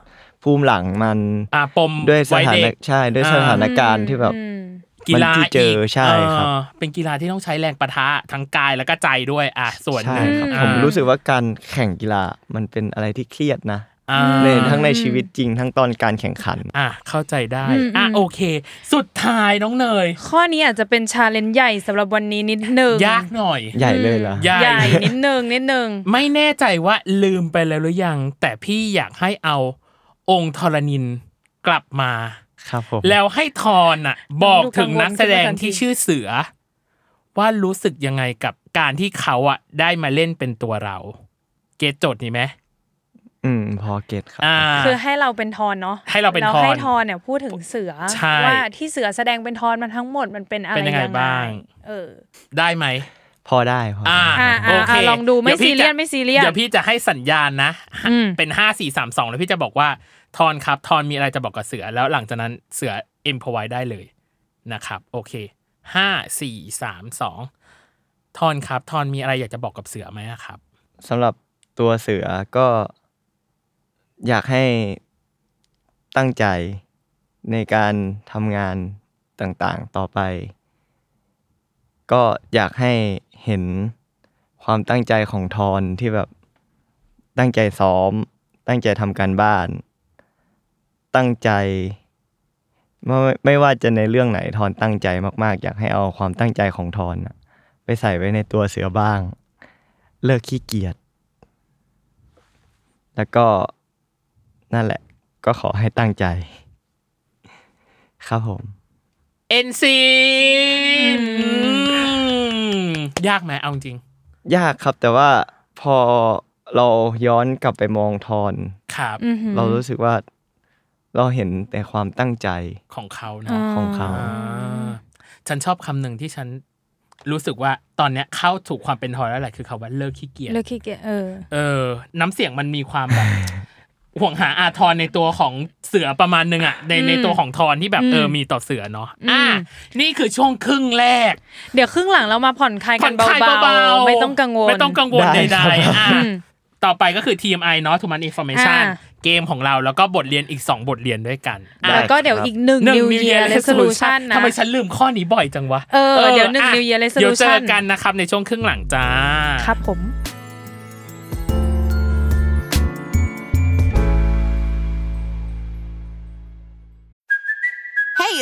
ภูมิหลังมัน อ่ะปม ด้วยส วัย ถา เด็ นะ ก ใช่ด้วย อ่า สถานการณ์ที่แบบ อืม กีฬา มันที่เจอใช่ครับ เออเป็นกีฬาที่ต้องใช้แรงปะทะทั้งกายแล้วก็ใจด้วยอ่ะส่วนห ใช่ นึ่ง ครับ อ่า ผมรู้สึกว่าการแข่งกีฬามันเป็นอะไรที่เครียดนะ อ่า ในทั้งในชีวิตจริงทั้งตอนการแข่งขัน อ่ะเข้าใจได้ อืม อ่ะ อืม โอเค สุดท้ายน้องเนย ข้อนี้อาจจะเป็นชาเลนจ์ใหญ่สำหรับวันนี้นิดนึง ยากหน่อย ใหญ่เลยเหรอ ใหญ่ ใหญ่นิดนึงนิดนึง ไม่แน่ใจว่าลืมไปแล้วหรือยัง แต่พี่อยากให้เอาองค์ธรณินกลับมา ครับผม แล้วให้ทอนอ่ะ บอก ดูกั ถึ งวล งนักแสดง ขึ้นมาทันที ที่ชื่อเสือ ว่ารู้สึกยังไงกับการที่เขาอ่ะได้มาเล่นเป็นตัวเรา เกตโจทย์นี้ไหม อืมพอเก็ตครับ อ่า คือให้เราเป็นทอนเนาะ ให้เราเป็น แล้ว ทอน ให้ทอนเนี่ยพูดถึงเสือ ใช่ ว่าที่เสือแสดงเป็นทอนมันทั้งหมดมันเป็นอะไร เป็นยังไงบ้าง เออ ได้ไหม พอได้พอได้ อ่า อ่า โอเค อ่าลองดูไม่ ดี๋วซีพี่เรียส จะ ไม่ซีเรียส เดี๋ยวพี่จะให้สัญญาณนะ อืม เป็นห้าสี่สามสองแล้วพี่จะบอกว่า ทอนครับ ทอนมีอะไรจะบอกกับเสือ แล้วหลังจากนั้นเสือเอ็มพอไวได้เลยนะครับ โอเคห้าสี่สามสองทอนครับ ทอนมีอะไรอยากจะบอกกับเสือไหมอะครับ สำหรับตัวเสือก็ อยากให้ตั้งใจในการทำงานต่างๆต่อไป ก็อยากให้เห็นความตั้งใจของทอนที่แบบตั้งใจซ้อม ตั้งใจทำการบ้าน ตั้งใจไม่ไม่ว่าจะในเรื่องไหนทอนตั้งใจมากๆ อยากให้เอาความตั้งใจของทอนน่ะไปใส่ไว้ในตัวเสือบ้าง เลิกขี้เกียจ แล้วก็นั่นแหละ ก็ขอให้ตั้งใจ ครับผม เอ็นซียากไหมเอาจริง ยากครับแต่ว่าพอเราย้อนกลับไปมองทอน ครับ อือหือ เรารู้สึกว่าเราเห็นแต่ความตั้งใจ ของเขานะ ของเขา อ่าฉันชอบคำหนึ่งที่ฉันรู้สึกว่าตอนเนี้ยเข้าถูกความเป็นทอยแล้วแหละคือคำว่าเลิกขี้เกียจ เลิกขี้เกียจเออ เออ น้ำเสียงมันมีความ (laughs) แบบ ห่วงหาอาทรในตัวของเสือประมาณหนึ่งอะในในตัวของทอนที่แบบเออมีต่อเสือเนาะอ่ะ อืม นี่คือช่วงครึ่งแรก เดี๋ยวครึ่งหลังเรามาผ่อนคลาย ผ่ กั อน นคลาย เบา เบา ๆ ๆ ไม่ต้องกังวล ไม่ต้องกังวล ได้ ใด ครับ ๆอ่ะ อืม ต่อไปก็คือ TMI เนาะ Too Much Information อ่า เกมของเราแล้วก็บทเรียนอีกสองบทเรียนด้วยกันอ่ะ แล้วก็เดี๋ยวอีกหนึ่ง New Year Resolution นะ ทำไมฉันลืมข้อนี้บ่อยจังวะ เออเดี๋ยวหนึ่ง อ่ะ New Year เดี๋ยวเจอ Resolution กันนะครับ ในช่วงครึ่งหลังจ้า ครับผม Hey,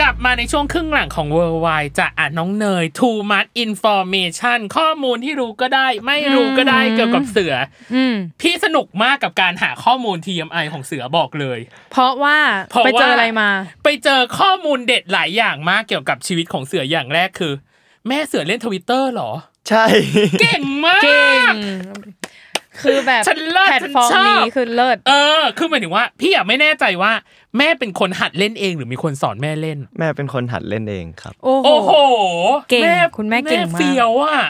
กลับมาในช่วงครึ่งหลังของ Worldwide จะอ่ะน้องเนย Too Much Information ข้อมูลที่รู้ก็ได้ ไม่รู้ก็ได้เกี่ยวกับเสืออ อืม พี่สนุกมากกับการหาข้อมูล TMI ของเสือบอกเลย เพราะว่า เพราะ ไปเจอ ว่า อะไรมา ไปเจอข้อมูลเด็ดหลายอย่างมากเกี่ยวกับชีวิตของเสืออย่างแรกคือ แม่เสือเล่นทวิตเตอร์หรอ ใช่ เก่งมาก เก่ง คือแบบ ฉันเลิศ แพล ฉั ต น ฟอร์ม ชอบ นี้คือเลิศ เออ คือหมายถึงว่า พี่อะไม่แน่ใจว่า แม่เป็นคนหัดเล่นเองหรือมีคนสอนแม่เล่น แม่เป็นคนหัดเล่นเองครับ โอ้โห โอ้โห เก่งคุณแม่เก่งมาก เฟียวอะ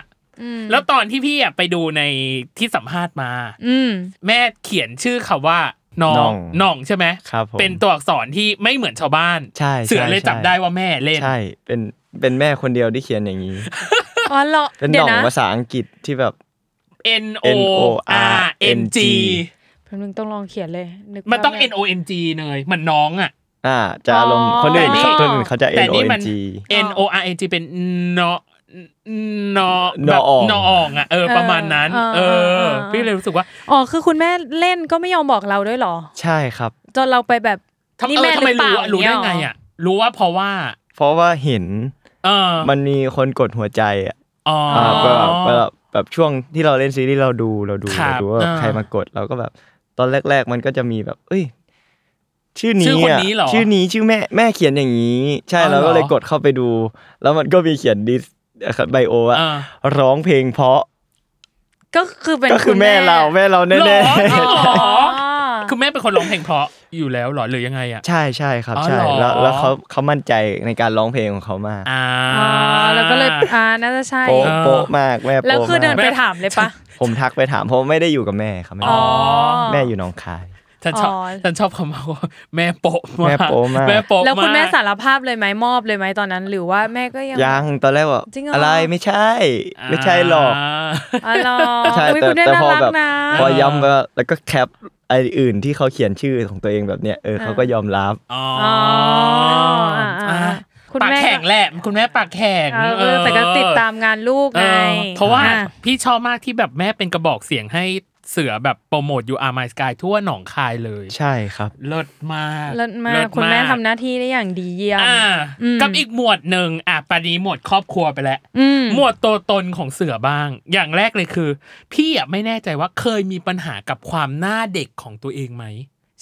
แล้วตอนที่พี่อะไปดูในที่สัมภาษณ์มา อืม แม่เขียนชื่อคาว่าหนอ หงน่อง หนองใช่ไหม ครับผม เป็นตัวอักษรที่ไม่เหมือนชาวบ้าน ใช่ใช่ เสือเลย ใช่ จับได้ว่าแม่เล่น ใช่เป็นเป็นแม่คนเดียวที่เขียนอย่างนี้ อ๋อเหรอ เป็นห เดี๋ย น่อ ว ง นะ ภาษาอังกฤษที่แบบ N O R N G แป๊บนึงต้องลองเขียนเลยนึก มันต้อง ภาพไ N O N G เนยเหมือนน้องอะ อ่า จะอารมณ์ อ๋อ คนอื่นเขาคนอื่นเขาจะ แต่ N O นี่ N มัน G N O R N G เป็นนอนอแบบ นออ่อง นออ่องอ่ะเออประมาณนั้น เอ เออ อ เออ พี่เลยรู้สึกว่า อ๋อคือคุณแม่เล่นก็ไม่ยอมบอกเราด้วยเหรอ ใช่ครับ จนเราไปแบบ ทำ นี่ เอ แม่ อ ห ทำไม รือเป รู้ ล่า อะรู้ได้ไงอ่ะ รู้ว่าเพราะว่า เพราะว่าเห็น เออ มันมีคนกดหัวใจอ่ะ อ๋อ าแบบแบบแบบช่วงที่เราเล่นซีรีส์เราดูเราดู ครั เรา บ ดูว่า อ่า ใครมากดเราก็แบบ ตอนแรก ๆ มันก็จะมีแบบ เอ้ย ชื่อนี้ ชื่อคน อะ นี้เหรอ ชื่อนี้ชื่อแม่แม่เขียนอย่างนี้ ใช่ อ๋อเหรอ เราก็เลยกดเข้าไปดู แล้วมันก็มีเขียนดิสไบโออะ อ่า ร้องเพลงเพราะ ก็คือเป็น ก็คือ ณ แม่เราแม่เรา หรอ แน่ หรอ อ๋อ คือแม่เป็นคนร้องเพลงเพราะอยู่แล้วเหรอหรือยังไงอ่ะ ๆใช่ใช่ครับ อ๋อ ใช่ เหรอ แล้วแล้วเขาเขามั่นใจในการร้องเพลงของเขามาก อ่า อ๋อแล้วก็เลยอ่าน่าจะใช่ โป๊ะ อ่า โป๊ะมากแม่ แล้ว โป๊ะ คือเดิน มา ไป ก ถามเลยปะ ผมทักไปถามเพราะไม่ได้อยู่กับแม่ครับแม่ อ๋อ แม่อยู่หนองคาย ฉันชอบ อ๋อ ฉันชอบคำว่าแม่โปะมาก แม่โป๊ะมาก แม่โปะ แล้วคุณแม่ มาก สารภาพเลยไหมมอบเลยไหมตอนนั้น หรือว่าแม่ก็ยัง ยังตอนแรกว่า จริงเหรออ อะไรไม่ใช่ ไม่ใช่หรอก า อ๋อเหรอ ใช่ อุ๊ย แต่ คุณแม่ แต่ น่า พอ รัก แบบ นะ พอย้ำไปว่าแล้วก็แคปไออื่นที่เขาเขียนชื่อของตัวเองแบบเนี้ยเออเขาก็ยอมรับ อ๋อ อ่าอ่า อ่ะ คุณ ปาก แม่ก็ แข็งแหละคุณแม่ปากแข็ง เออเออแต่ก็ติดตามงานลูก เอ ไง อเพราะว่า อ่ พี่ชอบมากที่แบบแม่เป็นกระบอกเสียงให้เสือแบบโปรโมทยูอาร์มายสกายทั่วหนองคายเลย ใช่ครับ เลิศมาก เลิศมากคุณแม่ทำหน้าที่ได้อย่างดีเยี่ยม อ่า อืม กับอีกหมวดหนึ่งอ่ะปานี้หมวดครอบครัวไปแล้ว อืม หมวดตัวตนของเสือบ้าง อย่างแรกเลยคือ พี่อ่ะไม่แน่ใจว่าเคยมีปัญหากับความหน้าเด็กของตัวเองไหม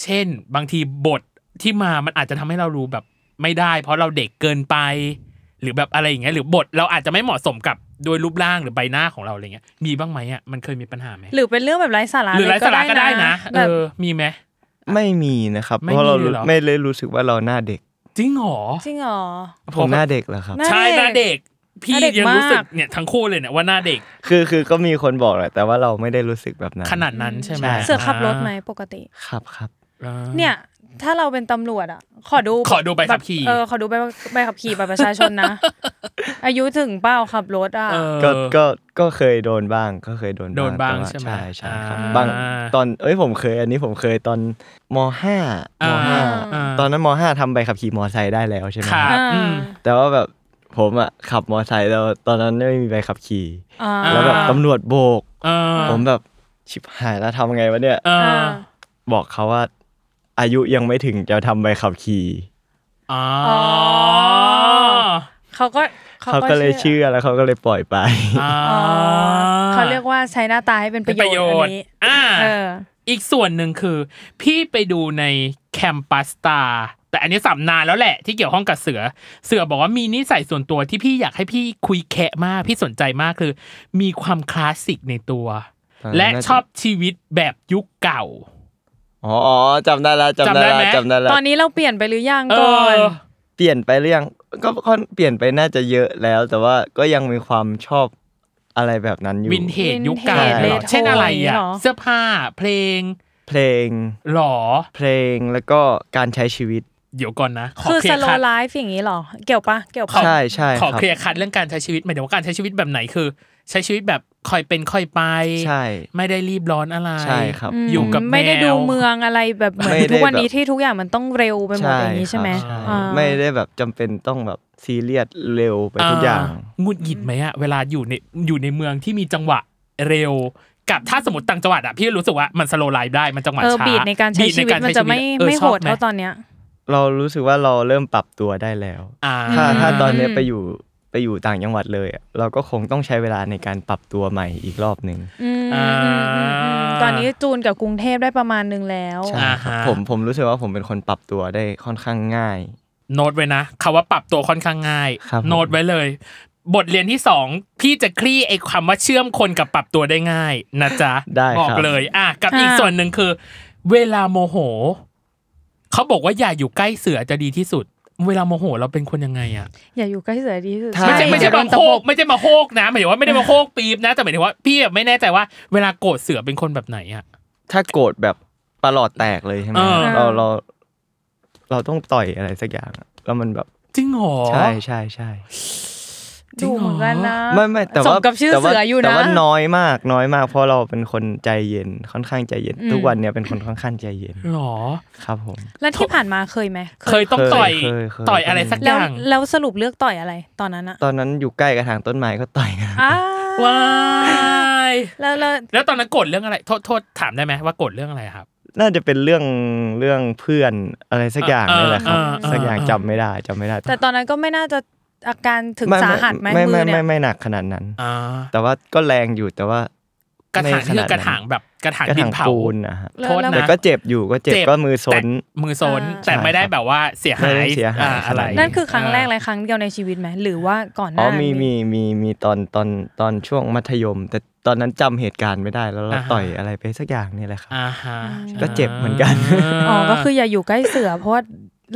เช่น บางทีบทที่มามันอาจจะทำให้เรารู้แบบไม่ได้ เพราะเราเด็กเกินไป หรือแบบอะไรอย่างเงี้ยหรือบทเราอาจจะไม่เหมาะสมกับโดยรูปร่างหรือใบหน้าของเราอะไรเงี้ยมีบ้างไหมอ่ะมันเคยมีปัญหาไหม หรือเป็นเรื่องแบบไร้สาระ หรือไร้สาระก็ได้นะเอ แบบ อมีไหม ไม่มีนะครับ ไม่ เพราะเรา มีเลยเหรอ ไม่เลยรู้สึกว่าเราหน้าเด็ก จริงเหรอ จริงเหรอ ผมหน้าเด็กเหรอครับ หน้า ใช่หน้าเด็ก พี่ หน้าเด็ก ยังรู้สึก มาก เนี่ยทั้งคู่เลยเนี่ยว่าหน้าเด็ก คือคือก็มีคนบอกแหละแต่ว่าเราไม่ได้รู้สึกแบบนั้น ขนาดนั้นใช่ไหม ใช่ เสือขับรถไหมปกติ ครับครับ อ่า เนี่ย ถ้าเราเป็นตำรวจอ่ะ ขอดู ขอดูใบขับขี่ เออขอดูใบใบขับขี่บัตรประชาชน (laughs) นะ อายุถึงเปล่าขับรถอ่ะ เออ ก็ก็ก็เคยโดนบ้างก็เคยโดน โดนบ้าง แต่ว่ ใช่ไหม ใช่ใช่ครับ อ่า บางตอนเอ้ยผมเคย อันนี้ผมเคยตอนมห้าม อ่า ห้า อ่า ตอนนั้นมห้าทำใบขับขี่มอไซค์ได้แล้วใช่ไหม ค่ะ อ่า อืม แต่ว่าแบบผมอ่ะขับมอไซค์แล้วตอนนั้นไม่มีใบขับขี่ อ่า อ่า แล้วแบบตำรวจโบก เออ ผมแบบชิบหายแล้วทำไงวะเนี่ย เออ บอกเขาว่า อายุยังไม่ถึงจะทำใบขับขี่ อ๋อ เขาก็ เขาก็เลยเชื่อแล้วเขาก็เลยปล่อยไป เขาเรียกว่าใช้หน้าตาให้เป็นประโยชน์อันนี้ อ่า เออ อีกส่วนหนึ่งคือ พี่ไปดูในแคมปัสตาแต่อันนี้สับนานแล้วแหละที่เกี่ยวข้องกับเสือ เสือบอกว่ามีนิสัยส่วนตัวที่พี่อยากให้พี่คุยแคะมากพี่สนใจมากคือ มีความคลาสสิกในตัว อ่า และ น่าจะ ชอบชีวิตแบบยุคเก่า อ๋ออ๋อจำได้แล้วจำได้แล้ว จำ จำ ได้ ได้ ไหม แล้ว ตอนนี้เราเปลี่ยนไปหรือยัง เอ ก่อน อ เปลี่ยนไปหรือยังก็ค่อนเปลี่ยนไปน่าจะเยอะแล้ว แต่ว่าก็ยังมีความชอบอะไรแบบนั้นอยู่ วินเทจยุคเก่า vintage เหรอ retro เช่นอะไร อย่างนี้ อ่ะ เหรอ เสื้อผ้าเพลง เพลง หรอ เพลงแล้วก็การใช้ชีวิต เดี๋ยวก่อนนะขอ คือ เคลี ส ยร์ โล คัด ไลฟ์อย่างนี้เหรอ เกี่ยวปะเกี่ยว ขอ ปะ ใช่ใช่ ขอ ครับ เคลียร์คัดเรื่องการใช้ชีวิตหมายถึงว่าการใช้ชีวิตแบบไหนคือ ใช้ชีวิตแบบค่อยเป็นค่อยไป ใช่ ไม่ได้รีบร้อนอะไร ใช่ครับ ม อยู่กับ ไม่ได้ แมว ดูเมืองอะไรแบบเหมือน ไม่ได้ ทุกวันนี้ แบบ ที่ทุกอย่างมันต้องเร็วไปหมดอย่างนี้ใช่ไหม ครับ อ่า ไม่ได้แบบจำเป็นต้องแบบซีเรียสเร็วไปทุกอย่าง หงุดหงิดไหมอะเวลาอยู่ในอยู่ในเมืองที่มีจังหวะเร็ว กับถ้าสมมติต่างจังหวัดอะพี่รู้สึกว่ามันสโลไลฟ์ได้มันจังหวะ เออ ช้า บีดในการใช้ชีวิตมันจะไม่ ออ ไม่ ช โห อบ ดเท่าตอนเนี้ย เรารู้สึกว่าเราเริ่มปรับตัวได้แล้ว อ่า ถ้าถ้าตอนเนี้ย อืม ไปอยู่ไปอยู่ต่างจังหวัดเลยอะเราก็คงต้องใช้เวลาในการปรับตัวใหม่อีกรอบหนึ่ง อืมอืมอืมอืมตอนนี้จูนกับกรุงเทพได้ประมาณนึงแล้ว ใช่ครับผมผมรู้สึกว่าผมเป็นคนปรับตัวได้ค่อนข้างง่าย โน้ตไว้นะคำว่าปรับตัวค่อนข้างง่าย ครับผม โน้ตไว้เลย บทเรียนที่สองพี่จะคลี่ไอ้คำว่าเชื่อมคนกับปรับตัวได้ง่ายนะจ๊ะ ได้ บอก ครับ เลย อ่ะกับอีก อ่า ส่วนหนึ่งคือ เวลาโมโหเขาบอกว่าอย่าอยู่ใกล้เสือจะดีที่สุด เวลาโมโหเราเป็นคนยังไงอะ อย่าอยู่ใกล้เสือดีที่สุด ใช่ ไม่ใช่ไม่ใช่ เดี๋ยวโดมานตะโคป กไม่ใช่มาโคกนะหมายถึงว่าไม่ได้มาโคกปี๊บนะแต่หมายถึงว่าพี่อะไม่แน่ใจว่าเวลาโกรธเสือเป็นคนแบบไหนอ่ะ ถ้าโกรธแบบประหลอดแตกเลยใช่ไหม เออ เราเรา เราต้องต่อยอะไรสักอย่างอะแล้วมันแบบ จริงเหรอ ใช่ใช่ใช่ จริง ดู เหรอ เหมือนกันนะ ไม่ไม่แต่ ส ว่าม กับชื่อ แต่ว่า เสืออยู่นะ แต่ว่าน้อยมากน้อยมาก เพราะเราเป็นคนใจเย็นค่อนข้างใจเย็น อืม ทุกวันเนี้ยเป็นคนค่อนข้างใจเย็น หรอ ครับผม แล้วที่ผ่านมาเคยไหม เคยต้องต่อย เคยเคย ต่อยอะไรสักอ แล้ว ย่าง แล้วสรุปเลือกต่อยอะไรตอนนั้นอะ ตอนนั้นอยู่ใกล้กระถางต้นไม้ก็ต่อยกัน (laughs) อ้า ว้าย แล้วแล้ว แล้วตอนนั้นโกรธเรื่องอะไรโทษโทษถามได้ไหมว่าโกรธเรื่องอะไรครับ น่าจะเป็นเรื่องเรื่องเพื่อนอะไรสักอย่าง เออ นี่แหละครับ เออเออ สักอย่างจำไม่ได้จำไม่ได้ แต่ตอนนั้นก็ไม่น่าจะอาการถึงสาหัสไหม ไม่ มื ไม่ อเนี่ ไม่ ย ไม่หนักขนาดนั้น อ่า แต่ว่าก็แรงอยู่แต่ว่าก ระถาง ไม่ คือกระ น ถางแบบกระถาง กระ ดิ ถาน ง เผา ปูนนะฮะ โทษนะ แต่ก็เจ็บอยู่ก็เจ็บ เจ็บ ก็มือซน มือโซน อ่า แต่ไม่ได้แบบว่าเสียหา ไม่ ย ได้เสียหาย อ่า ขนาดนั้น อะไร นั่นคือครั้งแรกเลยครั้งเดียวในชีวิตไหมหรือว่าก่อนห อ๋อ น้า มี มี มีมีมีตอนตอนตอนช่วงมัธยม แต่ตอนนั้นจำเหตุการณ์ไม่ได้แล้วเราต่อยอะไรไปสักอย่างนี่แหละครับ อ่าฮะ ก็เจ็บเหมือนกัน อ๋อ ก็คืออย่าอยู่ใกล้เสือ เพราะว่า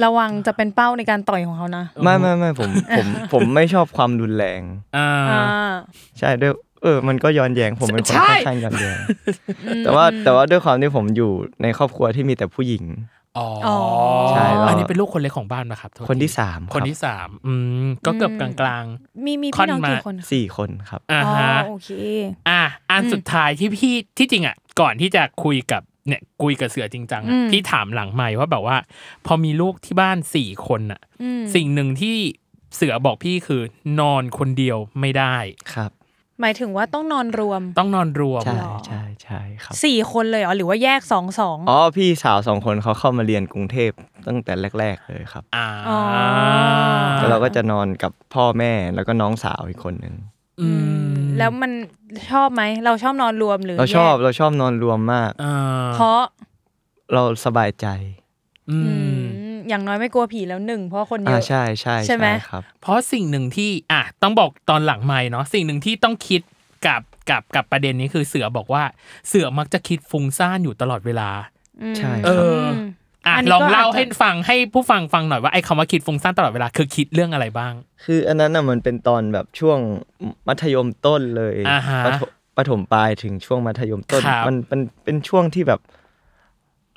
ระวังจะเป็นเป้าในการต่อยของเขานะ ไม่ไม่ไม่ผมผมผม (laughs) ไม่ชอบความรุนแรง อ่า อ่า ใช่ด้วยเออ มันก็ย้อนแย้งผมเป็นคน ใช่ ค่อนข้างย้อนแย้งแต่ว่าแต่ว่าด้วยความที่ผมอยู่ในครอบครัวที่มีแต่ผู้หญิง อ๋อ อ๋อ ใช่แล้ว อันนี้เป็นลูกคนเล็กของบ้านปะครับโทษ คน ที ที่สาม คน รับ ที่สามอืมก็เกือบกลาง มีมีพี่น้อง ค่อนมา กี่คนคะ สี่คนครับ ๆ อ่า อ๋อ ฮะ โอเค อ่ะอันสุดท้ายที่พี่ที่จริงอ่ะ ก่อนที่จะคุยกับเนี่ยคุยกับเสือจริงจังอะ อืม พี่ถามหลังใหม่ว่าแบบว่า พอมีลูกที่บ้านสี่คนอ่ะ อืม สิ่งหนึ่งที่เสือบอกพี่คือนอนคนเดียวไม่ได้ ครับ หมายถึงว่าต้องนอนรวม ต้องนอนรวม ใช่ใช่ใช่ครับ สี่คนเลยเหรอหรือว่าแยกสองสอง อ๋อพี่สาวสองคนเขาเข้ามาเรียนกรุงเทพตั้งแต่แรก ๆ เลยครับ อ่า อ๋อ แล้วเราก็จะนอนกับพ่อแม่แล้วก็น้องสาวอีกคนหนึ่ง อืม แล้วมันชอบไหมเราชอบนอนรวมหรือ เราชอบ แย เราชอบนอนรวมมาก อ่าก เพราะ เราสบายใจ อื อื ม มอย่างน้อยไม่กลัวผีแล้วหนึ่งเพราะคนเย อ่า อะ ใช่ใช่ ใช่ไหม ครับ เพราะสิ่งหนึ่งที่อ่ะต้องบอกตอนหลังไม่เนาะสิ่งหนึ่งที่ต้องคิดกับกับกับประเด็นนี้คือเสือบอกว่าเสือมักจะคิดฟุ้งซ่านอยู่ตลอดเวลา ใช่ เอ ครัอบม อ่ะ อันนี้ ลอง ก็ เล่า อาจจะ ให้ฟังให้ผู้ฟังฟังหน่อยว่าไอ้คำว่าคิดฟุ้งซ่านตลอดเวลาคือคิดเรื่องอะไรบ้าง คืออันนั้นน่ะมันเป็นตอนแบบช่วงมัธยมต้นเลย อ่าฮะ ปฐมปฐมปลายถึงช่วงมัธยมต้น ครับ มันเป็นเป็นช่วงที่แบบ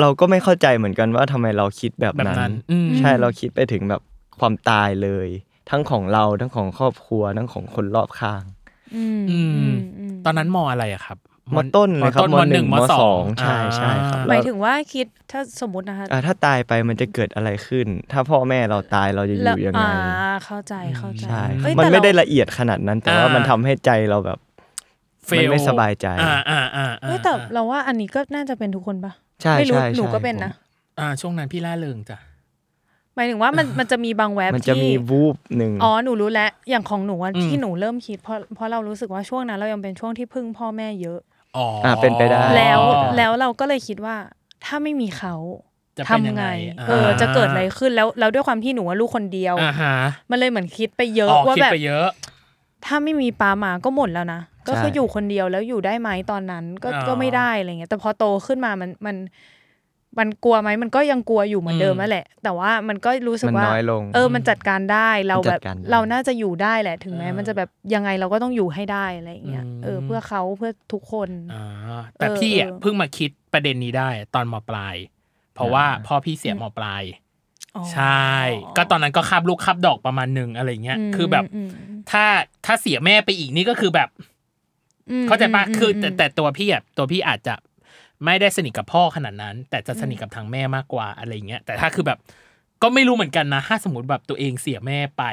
เราก็ไม่เข้าใจเหมือนกันว่าทำไมเราคิดแบบ แบบ นั้น นั้น อืม ใช่เราคิดไปถึงแบบความตายเลย ทั้งของเราทั้งของครอบครัวทั้งของคนรอบข้าง อืม อืม อืม ตอนนั้นมออะไรอะครับ มต้นเลยครับ ต้น ม มหนึ่ง หนึ่ง มสอง มสองใช่ใช่ครับ หมายถึงว่าคิดถ้าสมมตินะคะ อ่ะถ้าตายไปมันจะเกิดอะไรขึ้น ถ้าพ่อแม่เราตายเราจะอยู่ยังไง อ่าเข้าใจเข้าใจ ใช่ เอ้ย มัน แต่ ไม่ได้ เรา ละเอียดขนาดนั้น แต่ว่ามันทำให้ใจเราแบบ เฟล มันไม่สบายใจ อ่าอ่าอ่าอ่า เอ้ยแต่เราว่าอันนี้ก็น่าจะเป็นทุกคนปะ ใช่ ไม่รู้ ใช่ หนู ใช่ ก็เป็นนะ อ่าช่วงนั้นพี่ล่าเริงจ้ะ หมายถึงว่ามันมันจะมีบางแว ผม บ มันจะ ที่ มีวูบหนึ่ง อ๋อ หนูรู้แล้ว อย่างของหนูอะ อืม ที่หนูเริ่มคิดเพราะเพราะเรารู้สึกว่าช่วงนั้นเรายังเป็นช่วงที่พึ่งพ่อแม่เยอะ อ๋อ อ่าเป็นไปได้ แล้ว อ๋อ แล้วเราก็เลยคิดว่าถ้าไม่มีเขา จะ ทำ เป็นยัง ไง ไง เออ จะเกิดอะไรขึ้นแล้วแล้วด้วยความที่หนูว่าลูกคนเดียว อ่าฮะ มันเลยเหมือนคิดไปเยอะ ออก ว่า คิด แบบ ไปเยอะ ถ้าไม่มีปลาหมาก็หมดแล้วนะ ก็ ใช่ คืออยู่คนเดียวแล้วอยู่ได้ไหมตอนนั้นก็ อ๋อ ก็ไม่ได้อะไรเงี้ยแต่พอโตขึ้นมามันมัน มันกลัวไหมมันก็ยังกลัวอยู่เหมือนเดิม อืม นั่นแหละ แต่ว่ามันก็รู้สึก มัน ว่า น้อยลง เออ มันจัดการได้ เราแบบ มันจัดการได้ เราน่าจะอยู่ได้แหละ ถึงแม้ เออ มันจะแบบยังไงเราก็ต้องอยู่ให้ได้อะไรอย่างเงี้ย อืม เออ เพื่อเขาเพื่อทุกคน อ่าแต่ เออ พี่อ่ะ เออ เพิ่งมาคิดประเด็นนี้ได้ตอนมปลาย เพราะว่าพ่อพี่เสียมปลาย อ๋อ ใช่ ก็ตอนนั้นก็คาบลูกคาบดอกประมาณหนึ่งอะไรเงี้ย อืม คือแบบ อืม ถ้าถ้าเสียแม่ไปอีกนี่ก็คือแบบ อืม เข้าใจปะ ม คืออ ม แต่แต่ตัวพี่อ่ะตัวพี่อาจจะไม่ได้สนิทกับพ่อขนาดนั้น แต่จะสนิทกับทางแม่มากกว่าอะไรเงี้ย แต่ถ้าคือแบบก็ไม่รู้เหมือนกันนะ ถ้าสมมติแบบตัวเองเสียแม่ไป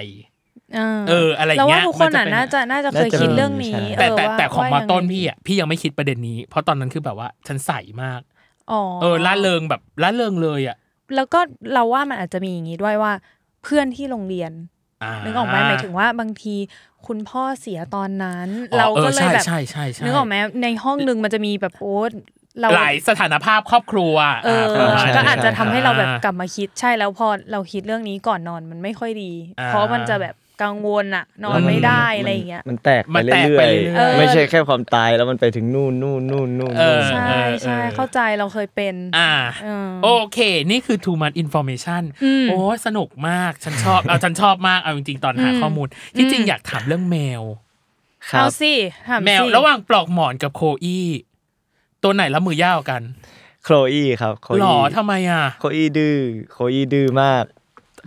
เอออะไรเงี้เรายว่าทุกคน มั อ่ะ นจะเป็น น่าจะน่าจะเคย น่าจะ คิดเรื่องนี้ ใช่ แต่ เออ แต่ ว่า แต่ของ ว่า มา ยัง ต้น ไง พี่อ่ะพี่ยังไม่คิดประเด็นนี้ เพราะตอนนั้นคือแบบว่าฉันใสมาก อ๋อ เออล่าเริงแบบล่าเริงเลยอ่ะ แล้วก็เราว่ามันอาจจะมีอย่างนี้ด้วยว่า เพื่อนที่โรงเรียน า นึกออกไหมหมายถึงว่าบางทีคุณพ่อเสียตอนนั้น อ๋อ เรา อ ก็ อ เลยแบบ ใช่ใช่ใช่ นึกออกไหมในห้องนึงมันจะมีแบบโอ๊ตเรา หลายสถานภาพครอบครัว เออ ประมณ ก็อาจจะ นั้น ทำให้เราแบบกลับมาคิดใช่แล้วพอเราคิดเรื่องนี้ก่อนนอนมันไม่ค่อยดี อ่า เพราะมันจะแบบกังวลอะนอนไม่ได้อะไรอย่างเงี้ย มันแตกไป มันแตก เรื่ ไป อย เรื่อย เออ ๆไม่ใช่แค่ความตายแล้วมันไปถึงนู่นนู่นนู่นนู่น เออ ใช่ใช่ เออ เข้าใจเราเคยเป็น อ่า เออ โอเค นี่คือ too much information อืม โอ้ยสนุกมาก ฉันชอบ (laughs) เอาฉันชอบมาก เอาจริงๆ ตอนหา อืม ข้อมูล ที่จริงอยากถามเรื่องแมว ครั เอา บ สิถาม แมว สิ ระหว่างปลอกหมอนกับโคอี้ ตัวไหนละมือยาวกัน โคลอี้ครับโคล หรอ อี้ ทำไมอ่ะ โคลอี้ดื้อโคลอี้ดื้อมาก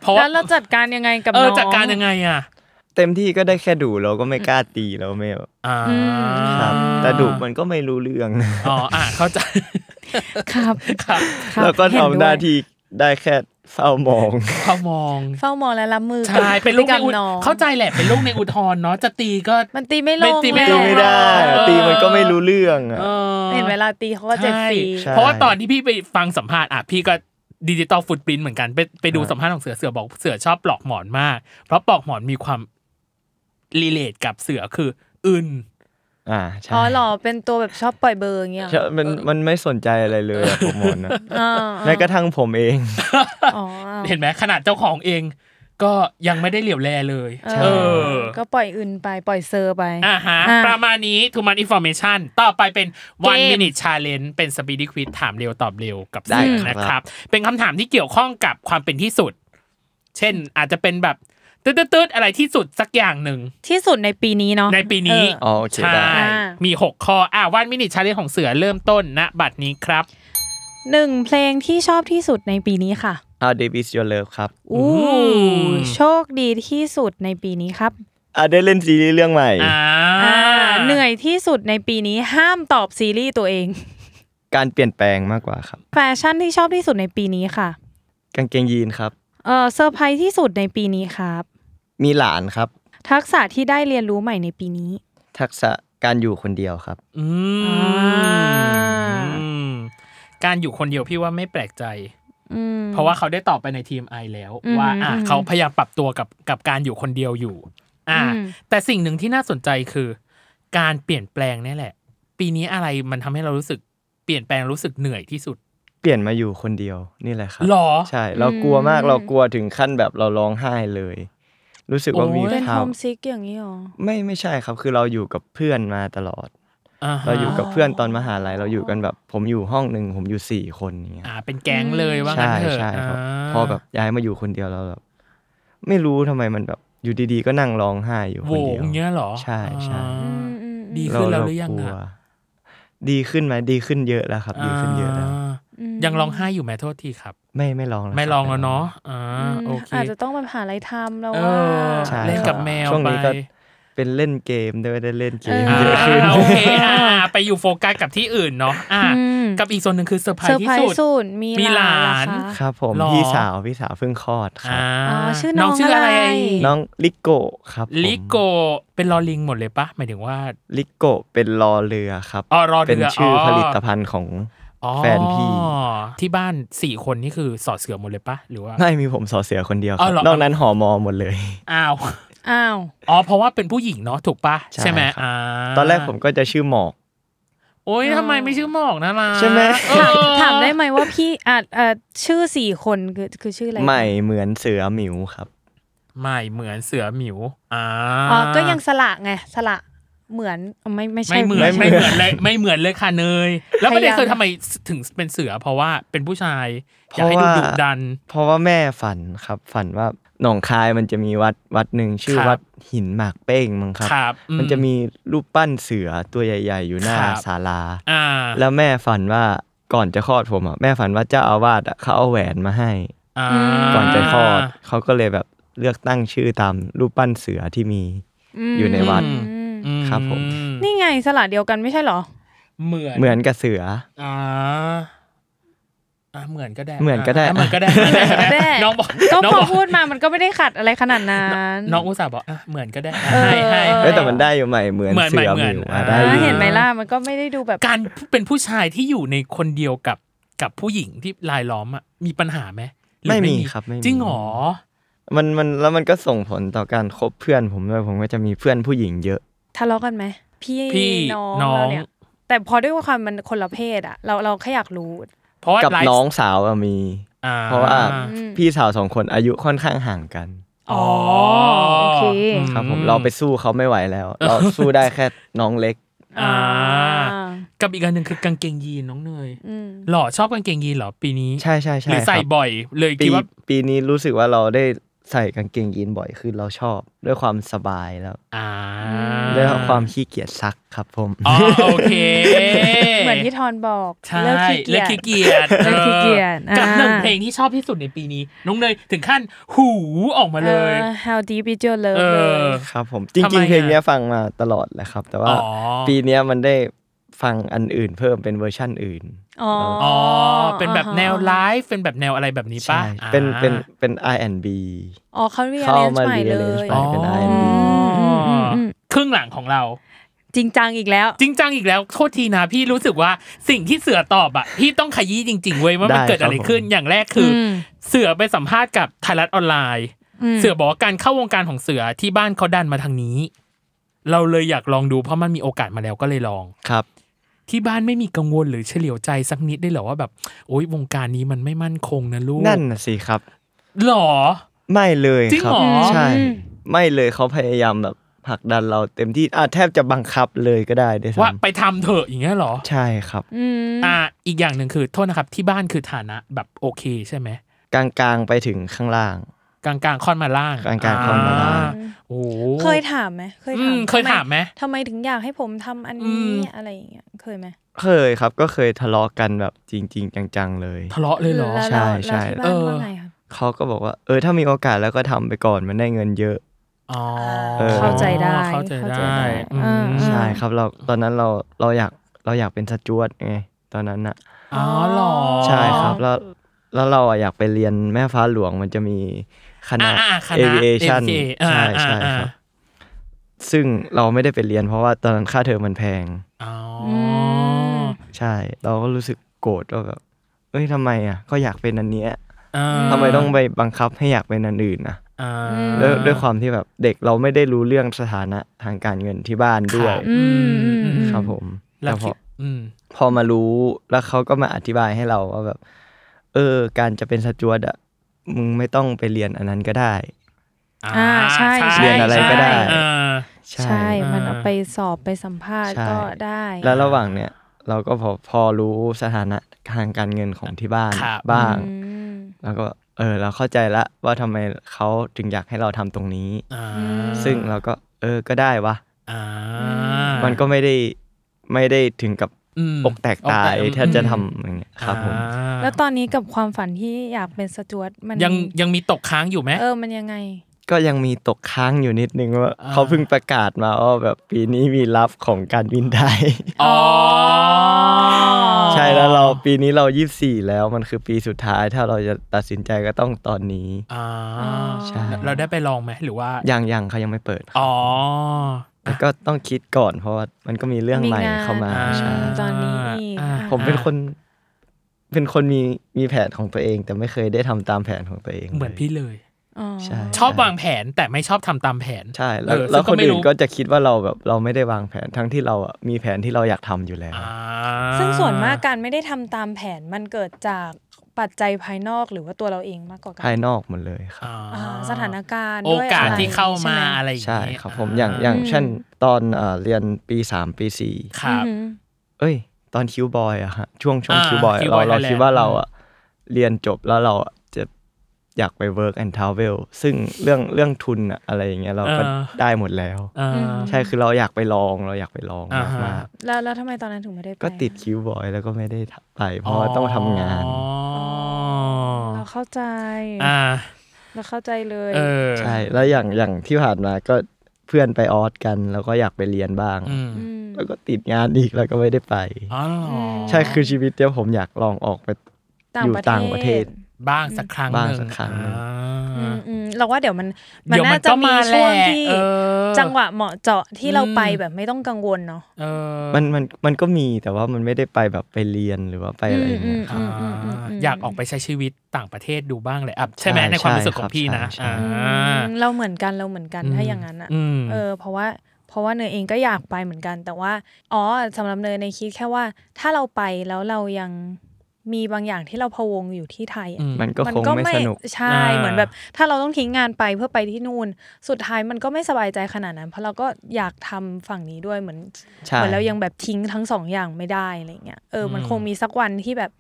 เพแล้วราะ่าว เราจัดการยังไงกับ เอ น้ อ อง จัดการยังไงอ่ะ เต็มที่ก็ได้แค่ดูเราก็ไม่กล้าตีเราไม่แบบ อ่า ครับแต่ดุมันก็ไม่รู้เรื่อง อ๋ออ่ะเข้าใจ (laughs) ครับ ครับ ครับ แล้วก็ เห็น ทำ ด้วย หน้าที่ได้แค่เฝ้ามอง เขามอง เฝ้ามองและรับมือ ใช่ (laughs) เป็นลูก พฤติรในรม อุท น้อง เข้าใจแหละ เป็นลูกในอุทธรณ์เนาะ จะตีก็ มันตีไม่ล ไม่ ง ตีไม่ แ ตีไม่ได้ เออ ตีมันก็ไม่รู้เรื่องอะ เออ เห็นเวลาตีเขาก็เจ็บสี ใช่ เพราะว่าตอนที่พี่ไปฟังสัมภาษณ์อ่ะพี่ก็ดิจิตอลฟุตปรินเหมือนกัน ไปไปดู ครับ สัมภาษณ์ของเสือเสือบอกเสือชอบปลอกหมอนมาก เพราะปลอกหมอนมีความรีเลทกับเสือคืออึน อ่าใช่ อ๋อเหรอเป็นตัวแบบชอบปล่อยเบอร์อย่างเงี้ย ใช่มันมันไม่สนใจอะไรเลยอะผมมอนนะ อ่า แม้กระทั่งผมเอง อ๋ออ่า เห็นไหมขนาดเจ้าของเอง ก็ยังไม่ได้เหลียวแลเลย เอ เอ อ อ ก็ปล่อยอื่นไปปล่อยเซอร์ไป อ่าฮะ อ่ะ ประมาณนี้ Too Much Information ต่อไปเป็น เกม One Minute Challenge เป็น Speedy Quiz ถามเร็วตอบเร็วกับ ได้ เสือ ครับ นะครับ เป็นคำถามที่เกี่ยวข้องกับความเป็นที่สุด เช่นอาจจะเป็นแบบตืดๆๆอะไรที่สุดสักอย่างหนึ่ง ที่สุดในปีนี้เนาะ ในปีนี้ เออ อ๋อโอเค ใช่ ได้ มี 6 ข้อ อ่าวันมินิชาเลนของเสือเริ่มต้นณบัดนี้ครับ หนึ่งเพลงที่ชอบที่สุดในปีนี้ค่ะ How Deep Is Your Love ครับ อู้ อืม โชคดีที่สุดในปีนี้ครับ อ่ะได้เล่นซีรีส์เรื่องใหม่ อ่า อ่า เหนื่อยที่สุดในปีนี้ห้ามตอบซีรีส์ตัวเอง การเปลี่ยนแปลงมากกว่าครับ แฟชั่นที่ชอบที่สุดในปีนี้ค่ะ กางเกงยีนครับ เออเซอร์ไพรส์ที่สุดในปีนี้ครับ มีหลานครับ ทักษะที่ได้เรียนรู้ใหม่ในปีนี้ ทักษะการอยู่คนเดียวครับ อืม อ่า อืมการอยู่คนเดียวพี่ว่าไม่แปลกใจ อืม เพราะว่าเขาได้ตอบไปในทีมไอแล้ว อืม ว่า อ่า อืม เขาพยายามปรับตัวกับกับการอยู่คนเดียวอยู่ อ่า อืม แต่สิ่งหนึ่งที่น่าสนใจคือ การเปลี่ยนแปลงเนี่ยแหละ ปีนี้อะไรมันทำให้เรารู้สึกเปลี่ยนแปลงรู้สึกเหนื่อยที่สุด เปลี่ยนมาอยู่คนเดียวนี่แหละครับ หรอ ใช่ เรากลัวมาก อืม เรากลัวถึงขั้นแบบเราร้องไห้เลย รู้สึกว่า โอ้ย มี เป็น ภา โฮ พ มซิกอย่างนี้หรอ ไม่ไม่ใช่ครับ คือเราอยู่กับเพื่อนมาตลอด อ่ฮะ เราอยู่กับเพื่อนตอนมหาลัยเราอยู่กันแบบผมอยู่ห้องหนึ่งผมอยู่สี่คนอย่างเงี้ย อ่า เป็นแก๊งเลยว่างั้ ใช่ นเถอะ ใช่ครับ า พอแบบย้ายมาอยู่คนเดียวเราแบบไม่รู้ทำไมมันแบบอยู่ดีๆ ก็นั่งร้องไห้อยู่ โห คน ว เดียว งเงี้ยเหรอ ใช่ใช่ อ่า อืมอืมอืม ดีขึ้นแล้ว เา หรือยัง กลั อะ ดีขึ้นไหมดีขึ้นเยอะแล้วครับ ดีขึ้นเยอะแล้ว า ม ยังร้องไห้อยู่ไหมโทษทีครับ ไม่ไม่ลองแล้ว ไม่ร้องแล้ว คบ เนาะอ่า อืม โอเค อาจจะต้องไปหาอะไรทำแล้ว เอ ว่า อ ใช่ เล่นกับแมว ช่วง ไป นี้ก็ เป็นเล่นเกมด้วยได้เล่นเกม เออ อ่า เยอะขึ้น โอเคอ่าไปอยู่โฟกัสกับที่อื่นเนาะอ่า อืม กับอีกส่วนหนึ่งคือเซอร์ไพร เซอ ส์ ร์ไพรที่สุด ส์สุดมี มีหลาน เหรอ ค คะ รับผม หรอ พี่สาวพี่สาวเพิ่งคลอดครับ อ่า อ๋อชื่อน้อง ชื่ออะไร อะไร น้องลิโกะครับผม ลิโกเป็นลอลิงหมดเลยปะหมายถึงว่า ลิโกะเป็นรอเรือครับ อ๋อรอเรื เป็นชื่ออผลิต ณ ภัณฑ์ของ ์ แฟนพี่ ที่บ้านสี่คนนี่คือสอดเสือหมดเลยปะหรือว่า ไม่มีผมสอเสือคนเดียวค อ๋ รั อบเหรอ นอกนั้นหอมอหมดเลย อ้าว อ้าว อ๋อเพราะว่าเป็นผู้หญิงเนาะถูกปะ ใช่ ใช่ไหม ครับ อ่า ตอนแรกผมก็จะชื่อหมอก โอ๊ยทำไมไม่ชื่อหมอกนะล่ะ ใช่ไหม เออ ถามถามได้ไหมว่าพี่อ่ะเอ่อชื่อสี่คนคือคือชื่ออะไร ใหม่เหมือนเสือหมิวครับ ไม่เหมือนเสือหมิวอ่า อ๋อก็ยังสละไงสละเหมือนไม่ไม่ใช่ ไม่เหมือน ใช่ ไม่เหมือนเลยไม่เหมือนเลยค่ะเนย แล้วประเด็พนยายาม คือทำไมถึงเป็นเสือเพราะว่าเป็นผู้ชายอยากให้ เพ ดู ราะว่า ดุดัน เพราะว่าแม่ฝันครับ ฝันว่าหนองคายมันจะมีวัดวัดหนึ่งชื่อ ครับ วัดหินหมากเป้งมั้งครับ ครับอื มันจะมีรูปปั้นเสือตัวใหญ่ ๆ อยู่หน้า ครับ ศาลา อ่า แล้วแม่ฝันว่าก่อนจะคลอดผมอ่ะแม่ฝันว่าเจ้าอาวาสอ่ะเขาเอาแหวนมาให้ า ก่อนจะคลอดเขาก็เลยแบบเลือกตั้งชื่อตามรูปปั้นเสือที่มี อยู่ในวัด อืม อื ครับผม นี่ไงสละเดียวกันไม่ใช่เหรอ เหมือน เหมือนกับเสือ อ่าอ่าเหมือนก็ได้ เหมือนก็ได้ ะเหมือนก็ (laughs) ได้ ได้ น้องบอก ก็ น้อง พอบ พู อก ดมามันก็ไม่ได้ขัดอะไรขนาดนั้น น้องอุตส่าห์บอกอ่ะเหมือนก็ได้ เออ ให้ให้ เอ้ยแต่มันได้อยู่ใหม่เหมือน เหมือน เสือ เห ห มือน มิว เหมือน อ่ะ อ่า ได้อ อ่า ยู่ เห็นไหมล่ะมันก็ไม่ได้ดูแบบ การเป็นผู้ชายที่อยู่ในคนเดียวกับกับผู้หญิงที่ลายล้อมอ่ะมีปัญหาไหมหรือ ไม่มีครับไม่มี จริงเหรอ มันมันแล้วมันก็ส่งผลต่อการคบเพื่อนผมด้วยผมก็จะมีเพื่อนผู้หญิงเยอะ ทะเลาะกันไหมพี่ พี่ น้อง น้อง เราเนี่ยแต่พอด้วยความมันคนละเพศอะเราเราแค่อยากรู้ เพราะว่า กับ ไลฟ์ น้องสาวอะมี อ่ เพราะว่า อืม พี่สาวสองคนอายุค่อนข้างห่างกัน อ๋อ โอเค ครับผมเราไปสู้เขาไม่ไหว (laughs) แล้ว เราสู้ได้แค่น้องเล็ก อ่า อ่า กับอีกอันหนึ่งคือกางเกงยีนน้องเนย อืม หล่อชอบกางเกงยีนเหรอปีนี้ ใช่ใช่ ห ใช่ รือ ค ใส่ รับ บ่อยเลย ปี คิดว่า ปีนี้รู้สึกว่าเราได้ใส่กางเกงยีนบ่อยขึ้นเราชอบ ด้วยความสบายแล้ว อ่า ด้วยความขี้เกียจซักครับผม อ๋อโอเค เหมือนที่ทอนบอก ใช่ เลิกขี้เกียจ เกียจ เลิกขี้เกียจ เออกับ อ่า หนึ่งเพลงที่ชอบที่สุดในปีนี้ น้องเนยถึงขั้นหูออกมาเลย ออ How deep is your love เอเลย อ ครับผมจ ทำไม ริง อะ ๆเพลงเนี้ยฟังมาตลอดแหละครับ แต่ว่า อ๋อ ปีเนี้ยมันได้ฟังอันอื่นเพิ่มเป็นเวอร์ชั่นอื่น อ๋อ อ๋อเป็นแบบแนวไลฟ์เป็นแบบแนวอะไรแบบนี้ป่ะ ใช่ อ่า เป็นเป็นเป็น R&B อ๋อเขาเรียน เข้า เรียน มา ใหม่เลย rearrange ใหม่เป็น อ๋อ R&B อืมอืมอืม ครึ่งหลังของเรา จริงจังอีกแล้ว จริงจังอีกแล้วโทษทีนะพี่รู้สึกว่าสิ่งที่เสือตอบอะพี่ต้องขยี้จริง ๆ เว้ยว่ามัน ได้ เกิดอะไร ครับผม ขึ้นอย่างแรกคืออ ม เสือไปสัมภาษณ์กับไทยรัฐออนไลน์ เสือบอกว่าการเข้าวงการของเสือที่บ้านเขาดันมาทางนี้ เราเลยอยากลองดูเพราะมันมีโอกาสมาแล้วก็เลยลอง ครับ ที่บ้านไม่มีกังวลหรือเฉลียวใจสักนิดได้เหรอว่าแบบโอ๊ยวงการนี้มันไม่มั่นคงนะลูก นั่นน่ะสิครับ หรอ ไม่เลย จริง ครับ เหรอ ใช่ ไม่เลยเขาพยายามแบบผลักดันเราเต็มที่อ่ะแทบจะบังคับเลยก็ได้ด้วย ว่า ซ้ำ ไปทำเถอะอย่างเงี้ยเหรอ ใช่ครับ อืม อ่าอีกอย่างหนึ่งคือโทษนะครับที่บ้านคือฐานะแบบโอเคใช่ไหม กลางๆไปถึงข้างล่าง กลางกลางๆค่อนมาล่าง กลางๆค่อนมาล่าง อ่โอ้โห เคยถามไหมเคย อื ถาม มเคย ทำไ ถามไหม ทำไมถึงอยากให้ผมทำอัน อื นี้ ม อะไรอย่างเงี้ยเคยไหม เคยครับก็เคยทะเลาะกันแบบจริง ๆ จังๆเลย ทะเลาะเลยเหรอ แล้ว ใช่ แล้ว ใช่ แล้วที่ เอ บ้าน อ ว่าไงครับ เขาก็บอกว่าเออถ้ามีโอกาสแล้วก็ทำไปก่อนมันได้เงินเยอะ อ๋อ เออ เข้าใจได้ เข้าใจ เข้าใจ ได้ ได้ อืม อ่า ใช่ครับเราตอนนั้นเราเราอยากเราอยากเป็นสจวตไงตอนนั้นอะ อ๋อเหรอ ใช่ครับแล้วแล้วเราอะอยากไปเรียนแม่ฟ้าหลวงมันจะมีคณะ อ่าอ่าคณะ aviation AVA อ่า ใช่ใช่ อ่า ครับซึ่งเราไม่ได้ไปเรียน เพราะว่าตอนนั้นค่าเทอมมันแพง อ๋อ ใช่ เราก็รู้สึกโกรธว่าแบบเอ้ยทำไมอ่ะก็อยากเป็นอันเนี้ย อ่า ทำไมต้องไปบังคับให้อยากเป็นอันอื่นนะ อ่า ด้วยด้วยความที่แบบเด็กเราไม่ได้รู้เรื่องสถานะทางการเงินที่บ้านด้วคยรับ อืมอืมอืม ครับผม แล้ แต่ ว พ คิ อ ดอืม พอมารู้แล้วเขาก็มาอธิบายให้เราว่าแบบ เออ การจะเป็นสจวตอะมึงไม่ต้องไปเรียนอันนั้นก็ได้ อ่าใช่ใช่ เรียนอะไรก็ได้ ใช่อ่า ใช่ มันเอาไปสอบไปสัมภาษณ์ ใช่ ก็ได้ แล้วระหว่างเนี้ยเราก็พอพอรู้สถานะทางการเงินของที่บ้าน ครับ บ้าง อืม แล้วก็เออ เราเข้าใจละว่าทำไมเขาถึงอยากให้เราทำตรงนี้ อ่า ซึ่งเราก็ เออก็ได้วะ อ่า อื มันก็ไม่ได้ไม่ได้ถึงกับ ม อกแตกตาย อกแก ถ้าจะอืมทำอย่างเงี้ยครับผม อ่า แล้วตอนนี้กับความฝันที่อยากเป็นสจวตมัน ยังยังมีตกค้างอยู่ไหม เออมันยังไง ก็ยังมีตกค้างอยู่นิดนึงว่า อ่า เขาเพิ่งประกาศมาว่าแบบปีนี้มีรับของการบินไท (laughs) ย อ๋อ ใช่แล้วเราปีนี้เรายี่สี่แล้วมันคือปีสุดท้าย ถ้าเราจะตัดสินใจก็ต้องตอนนี้ อ่า ใช่ เราได้ไปลองไหมหรือว่า ยังยังเขายังไม่เปิด อ๋อ แล้วก็ต้องคิดก่อนเพราะว่ามันก็มีเรื่องใหม่ มีงาน เข้ามา อ่า ใช่ ตอนนี้อีก อ่า ผมเป็นคน เป็นคนมีมีแผนของตัวเอง แต่ไม่เคยได้ทำตามแผนของตัวเอง เหมือนพี่เลย อ๋อ ใช่ ชอบวางแผนแต่ไม่ชอบทำตามแผน ใช่แล้ว เออ แล้ว ซึ่ง คน ไม่ อื่น รู้ ก็จะคิดว่าเราแบบเราไม่ได้วางแผนทั้งที่เราอะมีแผนที่เราอยากทำอยู่แล้ว อ่า ซึ่งส่วนมากการไม่ได้ทำตามแผนมันเกิดจากปัจจัยภายนอกหรือว่าตัวเราเองมากกว่ากั ภายนอกหมดเลยครับ อ่า อ่าสถานการณ์ โอ ด้วย กาส อะไร ที่เข้ามา ใช่ไห อะไรอย่าง ใช่ นี้ ครับผมอย่างอย่างเช่นตอนเอ่อเรียนปีสามปีสี่ ครับ อือหือ เอ้ย ตอนคิวบอยอะฮะช่วงช่วง อ่า คิวบอย Q-Boy เราเรา Thailand คิดว่าเราอะเรียนจบแล้วเราอะจะอยากไป work and travel ซึ่งเรื่องเรื่องทุนอะอะไรอย่างเงี้ยเราก็ อ่า ได้หมดแล้ว อ่า อืม ใช่คือเราอยากไปลองเราอยากไปลอง อ่าฮะ มาก แล้วแล้วทำไมตอนนั้นถึงไม่ได้ไป ๆก็ติดคิวบอยแล้วก็ไม่ได้ไป เพราะว่าต้องทำงาน อ๋อ เราเข้าใจ อ่า เราเข้าใจเลย เออ ใช่แล้วอย่างอย่างที่ผ่านมาก็เพื่อนไปออสกันแล้วก็อยากไปเรียนบ้าง อืม ม แล้วก็ติดงานอีกแล้วก็ไม่ได้ไป อ๋อเหรอ ม ใช่คือชีวิตเนี้ยผมอยากลองออกไป อยู่ต่างประเทศ บ้างสักครั้ง บ้าง หนึ่ สักครั้งหนึ่ง อ่ อื า มอืมเราว่าเดี๋ยวมันมัน เดี๋ยวมั น่าน จะ ก็ มี มา ช่วง แหละ ที่ เออ จังหวะเหมาะเจาะที่เราไป อืม แบบไม่ต้องกังวลเนาะ เออ มันมันมันก็มีแต่ว่ามันไม่ได้ไปแบบไปเรียนหรือว่าไปอะไรอย่างเงี้ย อืมอืมอืมม อยากออกไปใช้ชีวิตต่างประเทศดูบ้างเลยอ่ะใช่ไหม ใช่ ในความรู้สึก ใช่ ของพี่นะ ครับใช่ อ่า อืมเราเหมือนกันเราเหมือนกัน อืม ถ้าอย่างนั้นอ่ะ อืม เออเพราะว่าเพราะว่าเนยเองก็อยากไปเหมือนกัน แต่ว่าอ๋อสำหรับเนยในยคิดแค่ว่า ถ้าเราไปแล้วเรายังมีบางอย่างที่เราพะวงอยู่ที่ไทยอะ มันก็คงไม่สนุก ใช่ อ่า เหมือนแบบ ถ้าเราต้องทิ้งงานไปเพื่อไปที่นู่น สุดท้ายมันก็ไม่สบายใจขนาดนั้น เพราะเราก็อยากทำฝั่งนี้ด้วยเหมือน ใช่ เหมือนเรายังแบบทิ้งทั้งสองอย่างไม่ได้อะไรเงี้ยเออมันคงมีสักวันที่แบบ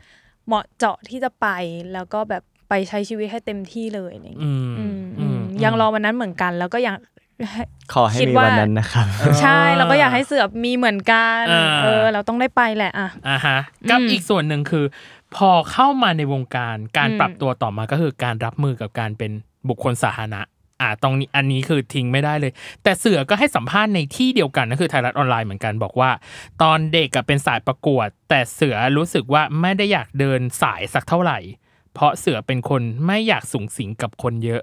เหมาะเจาะที่จะไปแล้วก็แบบไปใช้ชีวิตให้เต็มที่เลยอะไรเงี้ย อืม อืม อื อื ม มยังรอวันนั้นเหมือนกัน แล้วก็ยัง (laughs) ขอให้ คิด มี ว่า วันนั้นนะครับ ใช่เราก็อยากให้เสือบมีเหมือนกัน อ่า เออ เราต้องได้ไปแหละอ่ะ อ่าฮะกับ อืม อีกส่วนหนึ่งคือ พอเข้ามาในวงการการ อืม ปรับตัวต่อมาก็คือการรับมือกับการเป็นบุคคลสาธารณะอ่าตรงนี้อันนี้คือทิ้งไม่ได้เลย แต่เสือก็ให้สัมภาษณ์ในที่เดียวกันก็คือไทยรัฐออนไลน์เหมือนกันบอกว่า ตอนเด็กกับเป็นสายประกวด แต่เสือรู้สึกว่าไม่ได้อยากเดินสายสักเท่าไหร่ เพราะเสือเป็นคนไม่อยากสูงสิงกับคนเยอะ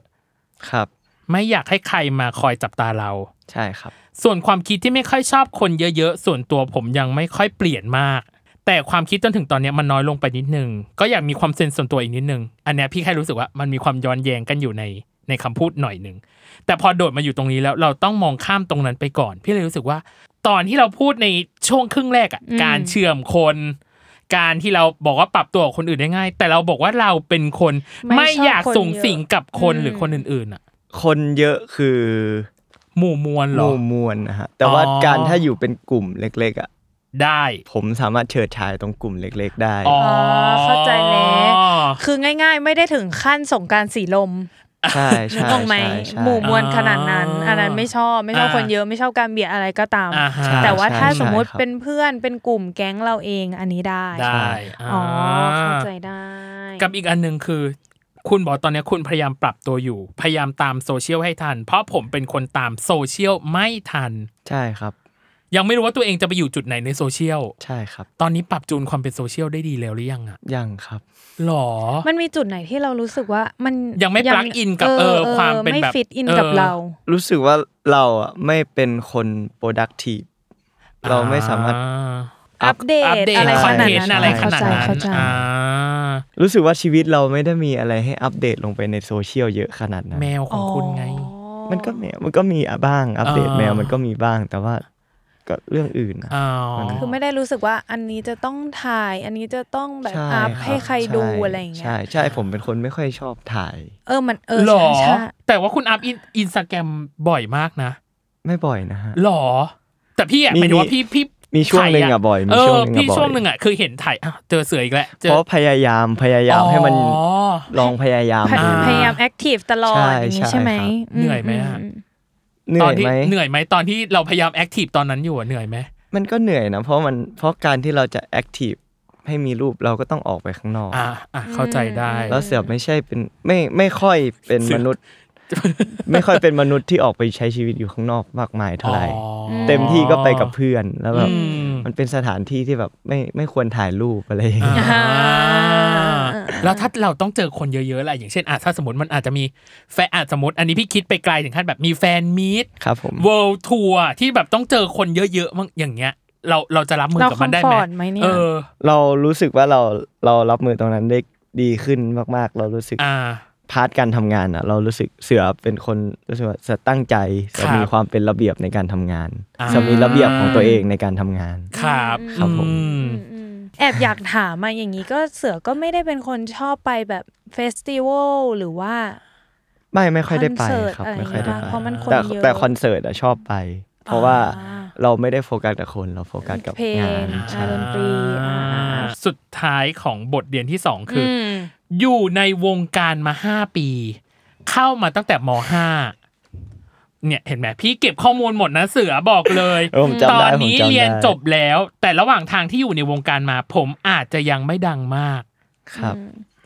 ครับ ไม่อยากให้ใครมาคอยจับตาเรา ใช่ครับ ส่วนความคิดที่ไม่ค่อยชอบคนเยอะๆ ส่วนตัวผมยังไม่ค่อยเปลี่ยนมาก แต่ความคิดจนถึงตอนเนี้ยมันน้อยลงไปนิดนึง ก็อยากมีความเซนส่วนตัวอีกนิดนึง อันเนี้ยพี่แค่รู้สึกว่ามันมีความย้อนแย้งกันอยู่ในในคำพูดหน่อยหนึ่ง แต่พอโดดมาอยู่ตรงนี้แล้วเราต้องมองข้ามตรงนั้นไปก่อน พี่เลยรู้สึกว่า ตอนที่เราพูดในช่วงครึ่งแรกอะ อืม การเชื่อมคน การที่เราบอกว่าปรับตัวกับคนอื่นได้ง่าย แต่เราบอกว่าเราเป็นคนไม่อยากส่งสิงกับคนหรือคนอื่นๆอะ คนเยอะคือ หมู่มวล ห เหรอ มู่มวลนะฮะแต่ว่า อ๋อ การถ้าอยู่เป็นกลุ่มเล็ก ๆอ่ะ ได้ ผมสามารถเฉิดฉายตรงกลุ่มเล็ก ๆ ได้ อ๋อ เข้าใจแล้ว คือง่าย ๆ ไม่ได้ถึงขั้นสงกรารสีลม ใช่ นึก ใช่ ออกไหม ใช่ใช่ หมู่มวลขนาดนั้น อ่า อันนั้นไม่ชอบไม่ชอบ อ่า คนเยอะไม่ชอบการเบียดอะไรก็ตาม อ่าฮะ ใช่ แต่ว่าถ้า ใช่ สมมติ ครับ เป็นเพื่อนเป็นกลุ่มแก๊งเราเองอันนี้ได้ ได้ อ๋ออา เข้าใจได้ กับอีกอันหนึ่งคือ คุณบอกตอนเนี้ยคุณพยายามปรับตัวอยู่ พยายามตามโซเชียลให้ทัน เพราะผมเป็นคนตามโซเชียลไม่ทัน ใช่ครับ ยังไม่รู้ว่าตัวเองจะไปอยู่จุดไหนในโซเชียล ใช่ครับ ตอนนี้ปรับจูนความเป็นโซเชียลได้ดีแล้วหรือยังอะ ยังครับ หรอ มันมีจุดไหนที่เรารู้สึกว่ามัน ยังไม่ plug in กับเออความเป็นแบบ ไม่ฟิตอิน เออ กับเรา รู้สึกว่าเราอ่ะไม่เป็นคน productive เราไม่สามารถ อ่ อัปเดต อัปเดต อะไร ค ข อน นาด เทน นั้ ต์ น อะไรขนาดนั้น เข้าใจ อ่า รู้สึกว่าชีวิตเราไม่ได้มีอะไรให้อัปเดตลงไปในโซเชียลเยอะขนาดนั้น แมวของคุณไง มันก็มีมันก็มีอะบ้างอัปเดต อ่า แมวมันก็มีบ้างแต่ว่าก็เรื่องอื่นนะ อ๋อ คือไม่ได้รู้สึกว่าอันนี้จะต้องถ่าย อันนี้จะต้องแบบ ใช่ อัพ บ ให้ใครดู ช่ อะไรอย่างเงี้ย ใช่ใช่ผมเป็นคนไม่ค่อยชอบถ่าย เออมันเออ หรอ ใช่ใช่ แต่ว่าคุณอัพอินสตาแกรมบ่อยมากนะ ไม่บ่อยนะฮะ หรอ แต่พี่อ่ะ มี หมายถึงว่า มี พี่พี่ มีช่วงหนึ่งอะ ถ่า บ่อยมี เอ ช่ อ วงหนึ่งอะ พี่ บ่อย ช่วงหนึ่งอ่ะคือเห็นถ่ายอ้าวเจอเสืออีกแล้วจอ เพราะพยายามพยายามให้มัน อ๋อ ลองพยายาม พย อ่ ดู พยายามแอคทีฟตลอด ใช่ อย่างนี้ ใช่ ใช่ไหม ครับ เหนื่อยไหมอะ อืม เหนื่ ตอ อน ย ที่ ไหม เหนื่อยไหมตอนที่เราพยายามแอคทีฟตอนนั้นอยู่อะเหนื่อยไหม มันก็เหนื่อยนะ เพราะมันเพราะการที่เราจะแอคทีฟให้มีรูปเราก็ต้องออกไปข้างนอก อ่าอ่าเข้าใจได้ แล้วเสือไม่ใช่เป็นไม่ไม่ค่อยเป็น เสือ มนุษย์ ไม่ค่อยเป็นมนุษย์ที่ออกไปใช้ชีวิตอยู่ข้างนอกมากมายเท่าไหร่ อ๋อ เต็มที่ก็ไปกับเพื่อนแล้วแบบ อืม มันเป็นสถานที่ที่แบบไม่ไม่ควรถ่ายรูปอะไรอย่างเงี้ย อ่าแล้วถ้าเราต้องเจอคนเยอะๆล่ะอย่างเช่นอ่ะถ้าสมมติมันอาจจะมีแฟนอาจสมมติ อันนี้พี่คิดไปไกลถึงขั้นแบบมีแฟนมีต ครับผม เวิลด์ทัวร์ที่แบบต้องเจอคนเยอะๆมั้งอย่างเงี้ย เราเราจะรับมือกับมันได้ เราคอมฟอร์ตไหมเนี่ย เออ เรารู้สึกว่าเราเรารับมือตรงนั้นได้ดีขึ้นมาก ๆ เรารู้สึก อ่า พาร์ทการทำงานอ่ะ เรารู้สึกเสือเป็นคนรู้สึกว่าเสือตั้งใจเสืคอรับ มีความเป็นระเบียบในการทำงาน อ่า เสือมีระเบียบของตัวเองในการทำงาน ครับ ครับผม อื อืมแอบอยากถามมาอย่างนี้ก็เสือก็ไม่ได้เป็นคนชอบไปแบบเฟสติวัลหรือว่า ไม่ไม่ค่อยได้คไปอนเสิร์ต ครับ อะไร ไม่ค่อยได้ไป เพราะมันคน แต่ เยอะ แต่คอนเสิร์ตอะชอบไป เพราะว่า อ่า เราไม่ได้โฟกัสกับคนเราโฟกัสกับ เพลง งานใช่ ดนตรีอ่า สุดท้ายของบทเรียนที่สองคืออ ม อยู่ในวงการมาห้าปี เข้ามาตั้งแต่มห้าเนี่ยเห็นไหมพี่เก็บข้อมูลหมดนะเสือบอกเลย เออผมจำ ต ได้ อน ผม นี้ จำได้ เรียนจบแล้ว แต่ระหว่างทางที่อยู่ในวงการมา ผมอาจจะยังไม่ดังมาก ครับ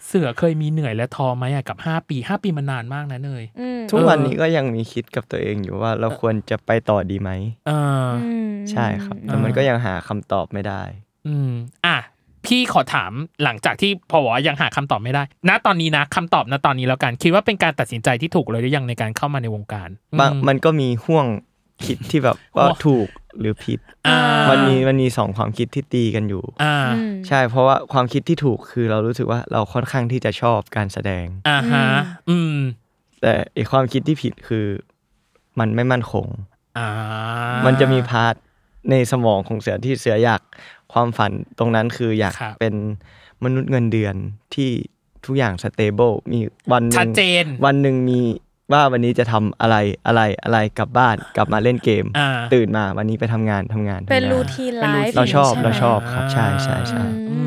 เสือเคยมีเหนื่อยและท้อไหมอะกับห้าปีห้าปีมันนานมากนะเนย อืม ทุกวันนี้ก็ยังมีคิดกับตัวเองอยู่ว่าเราควรจะไปต่อดีไหม เออ อืม ใช่ครับแต่มันก็ยังหาคำตอบไม่ได้ อืม อ่ะ พี่ขอถามหลังจากที่พอว่ายังหาคำตอบไม่ได้ ณ ตอนนี้นะคำตอบณตอนนี้แล้วกัน คิดว่าเป็นการตัดสินใจที่ถูกเลยหรือยังในการเข้ามาในวงการ บาง อื มันก็มีห่วงคิดที่แบบว่า ห่วง ถูกหรือผิด อ่า มันมีมันมีสองความคิดที่ตีกันอยู่ อ่า ใช่เพราะว่าความคิดที่ถูกคือเรารู้สึกว่าเราค่อนข้างที่จะชอบการแสดง อ่าฮะ อืม แต่อีกความคิดที่ผิดคือมันไม่มั่นคง อ่า มั มั นจะมีพาร์ทในสมองของเสือที่เสืออยากความฝันตรงนั้นคืออยาก ครับ เป็นมนุษย์เงินเดือนที่ทุกอย่างสเตเบิลมีวันห ชั นึ่ ด ง เจน วันหนึ่งมีว่าวันนี้จะทำอะไรอะไรอะไรกลับบ้านกลับมาเล่นเกม อ่า ตื่นมาวันนี้ไปทำงานทำงานทำงาน เป็นรูทีนไลฟ์ เราชอบ ย่งนี้ เรา ใไหม ชอบครับใช่ใช่ใช่ อื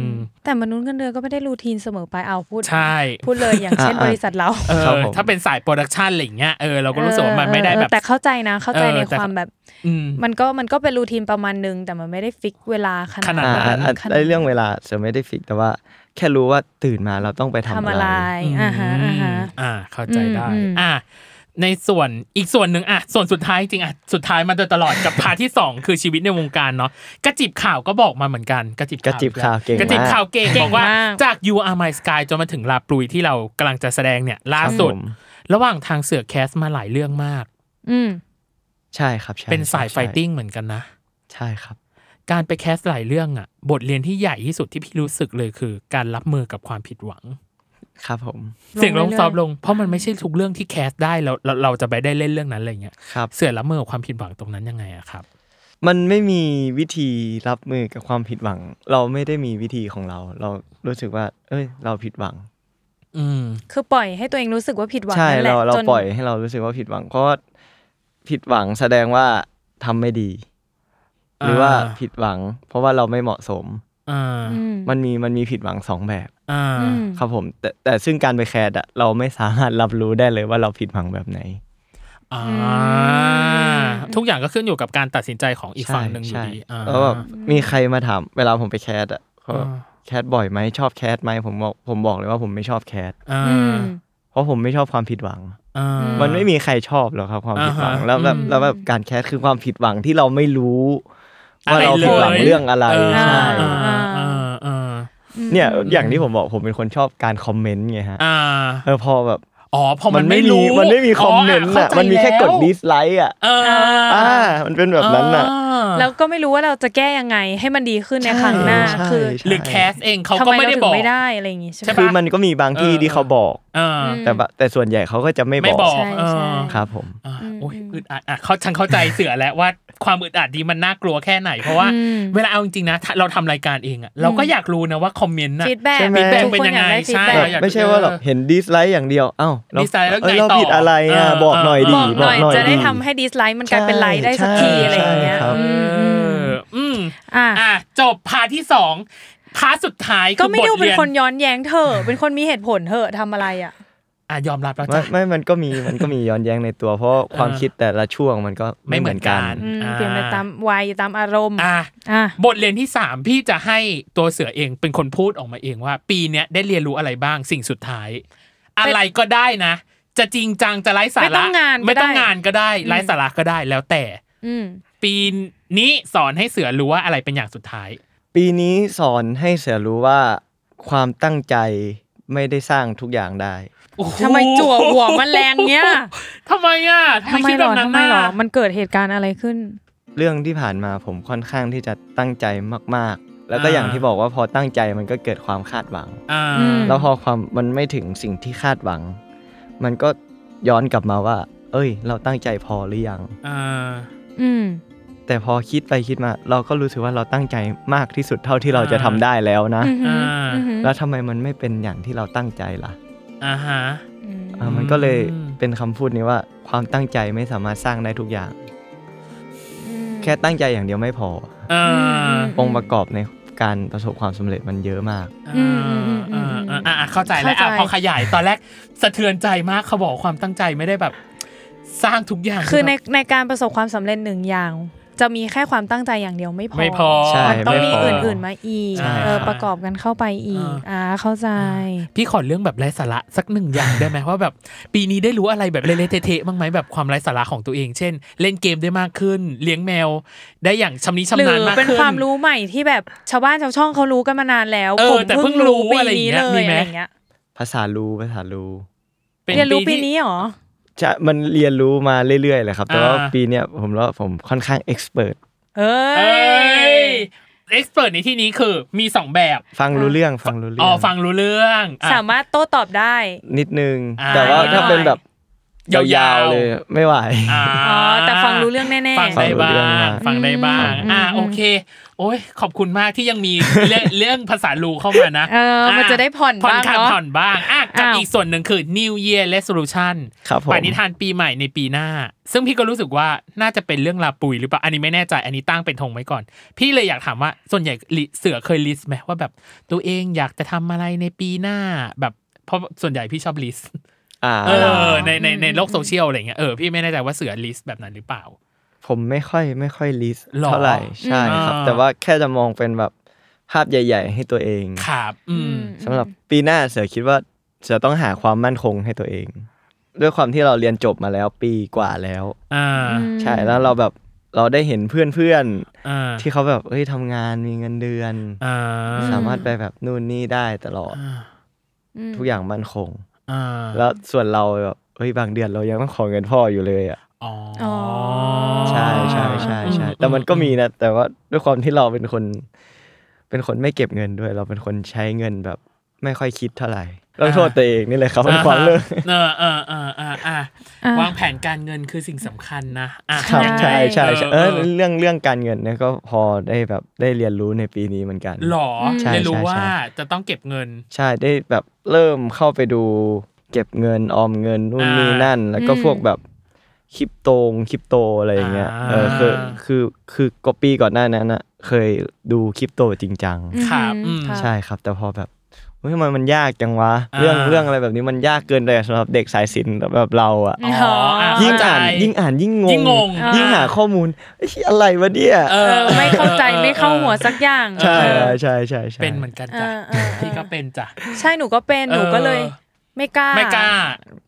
ม แต่มนุษย์เงินเดือนก็ไม่ได้รูทีนเสมอไปเอาพูด ใช่ พูดเลยอย่างเช่น อ่าๆ บริษัทเรา เอ ครับ อ ผม ถ้าเป็นสายโปรดักชันอะไรอย่างเงี้ย เออ เราก็รู้สึกว่ามันไม่ได้แบบ เออแต่เข้าใจนะเข้าใจ เออ ใน แต่ ความแบบ อืม มันก็มันก็เป็นรูทีนประมาณนึง แต่มันไม่ได้ฟิกเวลาขนาด ขนาด อ่าอ่าอ่า ขนาด ไอเรื่องเวลาเสือไม่ได้ฟิกแต่ว่า แค่รู้ว่าตื่นมาเราต้องไปทำ ทำ อะ อะไร ไร อ่าฮะอ่าฮะ อืมอ่าเข้าใจได้ อืมอืม อ่าในส่วนอีกส่วนหนึ่งอ่ะส่วนสุดท้ายจริงอ่ะสุดท้ายมาโดยตลอดกับ พาร์ทที่สองคือชีวิตในวงการเนาะกระจิบข่าวก็บอกมาเหมือนกันกระจิบ กระจิบข่าวเก่ง กระจิบ มาก ข่าวเก่งบอกว่า มาก จาก You Are My Sky จนมาถึงลาปลุยที่เรากำลังจะแสดงเนี่ยล่าสุด ครับผม ระหว่างทางเสือกแคสมาหลายเรื่องมาก อืม ใช่ครับใช่ เป็นสาย ใช่ ไฟติ้งเหมือนกันนะ ใช่ครับ การไปแคสหลายเรื่องอ่ะ บทเรียนที่ใหญ่ที่สุดที่พี่รู้สึกเลยคือ การรับมือกับความผิดหวัง ครับผม เสียงลง ลงเรื่อยๆ ซอฟต์ลงเพราะมันไม่ใช่ทุกเรื่องที่แคสได้แล้วเราเราจะไปได้เล่นเรื่องนั้นอะไรเงี้ย ครับ เสือละเมอความผิดหวังตรงนั้นยังไงอะครับ มันไม่มีวิธีรับมือกับความผิดหวัง เราไม่ได้มีวิธีของเรา เรารู้สึกว่า เอ้ย เราผิดหวัง อืม คือปล่อยให้ตัวเองรู้สึกว่าผิดหวัง ใช่ นั่นแห เรา ละ เรา จน ปล่อยให้เรารู้สึกว่าผิดหวังเพราะว่าผิดหวังแสดงว่าทำไม่ดี หรือว่า อ่า ผิดหวัง เพราะว่าเราไม่เหมาะสม อ่า อืม มันมีมันมีผิดหวังสองแบบ อ่า อืม ครับผม แต่แต่ซึ่งการไปแคร์อะเราไม่สามารถรับรู้ได้เลยว่าเราผิดหวังแบบไหน อ่าทุกอย่างก็ขึ้นอยู่กับการตัดสินใจของอีกฝั่งหนึ่งอยู่ ใช่ ดี ใช่ อ่า แล้วแบบมีใครมาถามเวลาผมไปแคสอะเขา อ่า แคสบ่อยไหมชอบแคสไหมผมบอกผมบอกเลยว่าผมไม่ชอบแคส อ่า อืม เพราะผมไม่ชอบความผิดหวัง อ่า มันไม่มีใครชอบหรอกครับความผิดหวัง อ่าฮะ แล้วแบบ อืม แล้วแบบการแคสคือความผิดหวังที่เราไม่รู้ว่าเรา อะไรเลย ผิดหวังเรื่องอะไร อ่า ใช่ อ่าอ่าอ่า เนี่ยอย่างที่ผมบอกผมเป็นคนชอบการคอมเมนต์ไงฮะ อ่า เออพอแบบ อ๋อพอมันไม่ มี รู้ มันไม่มีคอมเมนต์ เข้า อ่ะ ใจ มันมีแค่กด ล้ว ดิสไลค์อ่ะ อ่า อ่ามันเป็นแบบนั้นอ่ะ แล้วก็ไม่รู้ว่าเราจะแก้ยังไง ให้มันดีขึ้นในครั้งหน้า ใช่ คือ ใช่ หรือแคสเองเขา ทำ ก็ ไม ไม่ เรา ได้ ถึ บอง ก ไม่ได้อะไรอย่างงี้ใช่ ใช่ ไหม ปะ คือมันก็มีบางที่ที่เขาบอก อ่า แต่ว่าแต่ส่วนใหญ่เขาก็จะไม่ ไม่ บบอกอก ใช่ เออ ใช่ ครับผม อ่าโอ้ยอึดอัดอ่ะเขาฉันเข้าใจเสือแล้วว่าความอึดอัดดีมันน่ากลัวแค่ไหนเพราะว่า อืม เวลาเอาจริงๆนะถ้าเราทำรายการเองอะเราก็อยากรู้นะว่าคอมเมนต์อะ ฟีดแบ็ก ใช่ไหม ฟีดแบ็ก ทุก เป็น คน ยัง อ ไง ยากได้ฟีด ใช่ แบ็ก แบบ อยาก ไม่ใช่ว่าแบบเห็นดิสไลค์อย่างเดียว เอ้าเรา dislike แล้วไง เอ้ยเรา ต่อ ผิดอะไรอ่ะ เออ บอกหน่อยดี เออ บอกหน่อยจะได้ ดิ ทำให้ดิสไลค์มันกลายเป็นไลค์ได้สักที ใช่ อะไรอย่างเงี้ย ใช่ครับ อืม เอ อืม ออืม อ่ะ อ่ะจบพาร์ทที่สองพาร์ทสุดท้าย ก็ คือ ไม่ บท ดูเป็น รีย คนย้อนแย้งเธอะเป็นคนมีเหตุผลเธอะทำอะไรอ่ะ อ่ะยอมรับแล้ว ไม่ จ้ะ ไม่มันก็มีมันก็มีย้อนแย้งในตัว เพราะความ เออ คิดแต่ละช่วงมันก็ ไม่เหมือนกัน อืม อ่า เปลี่ยนไปตามวัยตามอารมณ์ อ่ะ อ่ะ บทเรียนที่ 3 พี่จะให้ตัวเสือเองเป็นคนพูดออกมาเองว่า ปีเนี้ยได้เรียนรู้อะไรบ้างสิ่งสุดท้าย อะไรก็ได้นะ จะจริงจังจะไร้สาระ ไม่ต้องงาน ไม่ต้อง ก็ด้ งานก็ได้ไร้สาระก็ได้แล้วแต่ อืม ปีนี้สอนให้เสือรู้ว่าอะไรเป็นอย่างสุดท้าย ปีนี้สอนให้เสือรู้ว่าความตั้งใจไม่ได้สร้างทุกอย่างได้ ทำไมจั่วหัวมันแรงเงี้ย ทำไมอ่ะทำไมคิด ห แบ รอบ นั้น ทำไม น่ะ หรอมันเกิดเหตุการณ์อะไรขึ้น เรื่องที่ผ่านมาผมค่อนข้างที่จะตั้งใจมาก ๆ แล้วก็อย่างที่บอกว่าพอตั้งใจมันก็เกิดความคาดหวัง อ่า อืม แล้วพอความมันไม่ถึงสิ่งที่คาดหวัง มันก็ย้อนกลับมาว่า เอ้ย เราตั้งใจพอหรือยัง อ่า อืม แต่พอคิดไปคิดมา เราก็รู้สึกว่าเราตั้งใจมากที่สุดเท่าที่เราจะทำได้แล้วนะ อืม อ่า อืม แล้วทำไมมันไม่เป็นอย่างที่เราตั้งใจล่ะ อ่าฮะ อืม อ่ะมันก็เลย อืม เป็นคำพูดนี้ว่า ความตั้งใจไม่สามารถสร้างได้ทุกอย่าง แค่ตั้งใจอย่างเดียวไม่พอ อ่า องค์ประกอบในการประสบความสำเร็จมันเยอะมาก อ่าอ่าอ่าอ่าอ่าเข้าใจแล้วอ่ะพอขยายตอนแรกสะเทือนใจมากเขาบอกความตั้งใจไม่ได้แบบ สร้างทุกอย่าง คือใน แบบ ในการประสบความสำเร็จหนึ่งอย่าง จะมีแค่ความตั้งใจอย่างเดียวไม่พอ ไม่พอ ใช่ มันต้อง ไม่ มี พอ อ อื่ ื่นๆมาอีก ใช่ เออ ครับ ประกอบกันเข้าไปอีก อ่าเข้าใจ อ่ พี่ขอเรื่องแบบไร้สาระสักหนึ่งอย่างได้ไหมว่าแบบ ปีนี้ได้รู้อะไรแบบเละๆเทะๆบ้างไหมแบบความไร้สาระของตัวเอง เช่น เล่นเกมได้มากขึ้น เลี้ยงแมว ได้อย่างชำนิ หรื ชำนาญมาก เป็น ขึ้น ความรู้ใหม่ที่แบบชาวบ้านชาวช่องเขารู้กันมานานแล้ว เออ ผม แต่เพิ่ เพิ่ ง ง รู้ รู้ปี อะไรอย่าง นี้ เงี้ย เล มี ย ไหม อะไรอย่างเงี้ย ภาษารู้ภาษารู้ ป็ เรียนรู้ปี ที่ นี้เหรอ จะมันเรียนรู้มาเรื่อยๆเลยครับ แต่ว่า อ่า ปีเนี้ยผมว่าผมค่อนข้างเอ็กซ์เพรส เอ้ เอ้ ย ยเอ็กซ์เพรสในที่นี้คือมีสองแบบ ฟังรู้เรื่องฟังรู้เรื่ อ๋ อ อง ฟังรู้เรื่องอ่ะ สามารถโต้ตอบได้ นิดนึง อ่า แต่ว่าถ้าเป็นแบบ ยาวๆ ๆเลยไม่ไหว อ๋ อ๋อ แต่ฟังรู้เรื่องแน่ๆ ฟังได้บ้า ฟังรู้เรื่อง ง ฟังได้บ้าง อืม อ่า อืม โอเค โอ้ยขอบคุณมากที่ยังมีเรื่อง (laughs) เรื่องภาษาลูเข้ามานะ เออ มันจะได้ผ่อน ผ่อน บ้าง คลาย เนาะ ผ่อนบ้างอ่ะกับ อ้าว อีกส่วนหนึ่งคือ New Year Resolution ครับผม ปณิธานปีใหม่ในปีหน้า ซึ่งพี่ก็รู้สึกว่าน่าจะเป็นเรื่องลาปุยหรือเปล่า อันนี้ไม่แน่ใจ อันนี้ตั้งเป็นธงไว้ก่อน พี่เลยอยากถามว่าส่วนใหญ่ลิเสือเคยลิสต์ไหมว่าแบบตัวเองอยากจะทำอะไรในปีหน้า แบบเพราะส่วนใหญ่พี่ชอบลิสต์ อ่า เออในในในโลกโซเชียลอะไรเงี้ยเออพี่ไม่แน่ใจว่าเสือลิสต์แบบนั้นหรือเปล่า ผมไม่ค่อยไม่ค่อยลิสต์ หรอ เท่าไหร่ใช่ อืม ครับ อ่า แต่ว่าแค่จะมองเป็นแบบภาพใหญ่ ๆ ให้ตัวเอง ครับอืม สำหรับปีหน้าเสือคิดว่าเสือต้องหาความมั่นคงให้ตัวเอง ด้วยความที่เราเรียนจบมาแล้วปีกว่าแล้ว อ่า ใช่แล้วเราแบบเราได้เห็นเพื่อน อ่า ๆที่เขาแบบเอ้ยทำงานมีเงินเดือน อ่า สามารถไปแบบนู่นนี่ได้ตลอดทุกอย่างมั่นคง อ่า แล้วส่วนเราแบบเฮ้ยบางเดือนเรายังต้องขอเงินพ่ออยู่เลยอ่ะ อ๋ออ อ ใช่ใช่ใช่ใช่แต่มันก็มีนะ แต่ว่าด้วยความที่เราเป็นคน เป็นคนไม่เก็บเงินด้วย เราเป็นคนใช้เงินแบบไม่ค่อยคิดเท่าไหร่เราโทษตัวเองนี่เลยครับเป็นความเลิก เออเออเออเอออ่ะ อ่ะ วางแผนการเงินคือสิ่งสำ (laughs) คัญนะอ่ะ ใช่ ยังไง ใช่ใช่ใช่เออ เออ เรื่องเรื่องการเงินเนี่ยก็พอได้แบบได้เรียนรู้ในปีนี้เหมือนกัน หรอ ใช่ เรียนรู้ ใช่ ว่า ใช่ จะต้องเก็บเงิน ใช่ได้แบบเริ่มเข้าไปดูเก็บเงินออมเงินนู่นนี่ อ่านั่ นั่น แล้วก็ อืม พวกแบบคริปโตงคริปโตอะไรอย่างเงี้ย อ่า เออคือคือคือกว่าปีก่อนหน้านั้นนะเคยดูคริปโตจริงจัง ครับอืม ใช่ครับ แต่พอแบบเฮ้ยทำไมมันยากจังวะ อ่า เรื่องเรื่องอะไรแบบนี้มันยากเกินไปสำหรับเด็กสายศิลป์แบบเราอะ อ๋ออ่ะ ยิ่ง เข้ใจ อ่านยิ่งอ่านยิ่งง ยิ่งงง งยิ่งหาข้อมูลเอ้ยอะไรวะเนี่ย เอ เอ อ อ ไม่เข้าใจ ออ ไม่เข้าหัว ออ สักอย่าง ใช่ เออ ใช่ใช่ใช่ เป็นเหมือนกันจ้ะ เออเออเออ พี่ก็เป็นจ้ะ ใช่หนูก็เป็นหนูก็เลย ไม่กล้า ไม่กล้า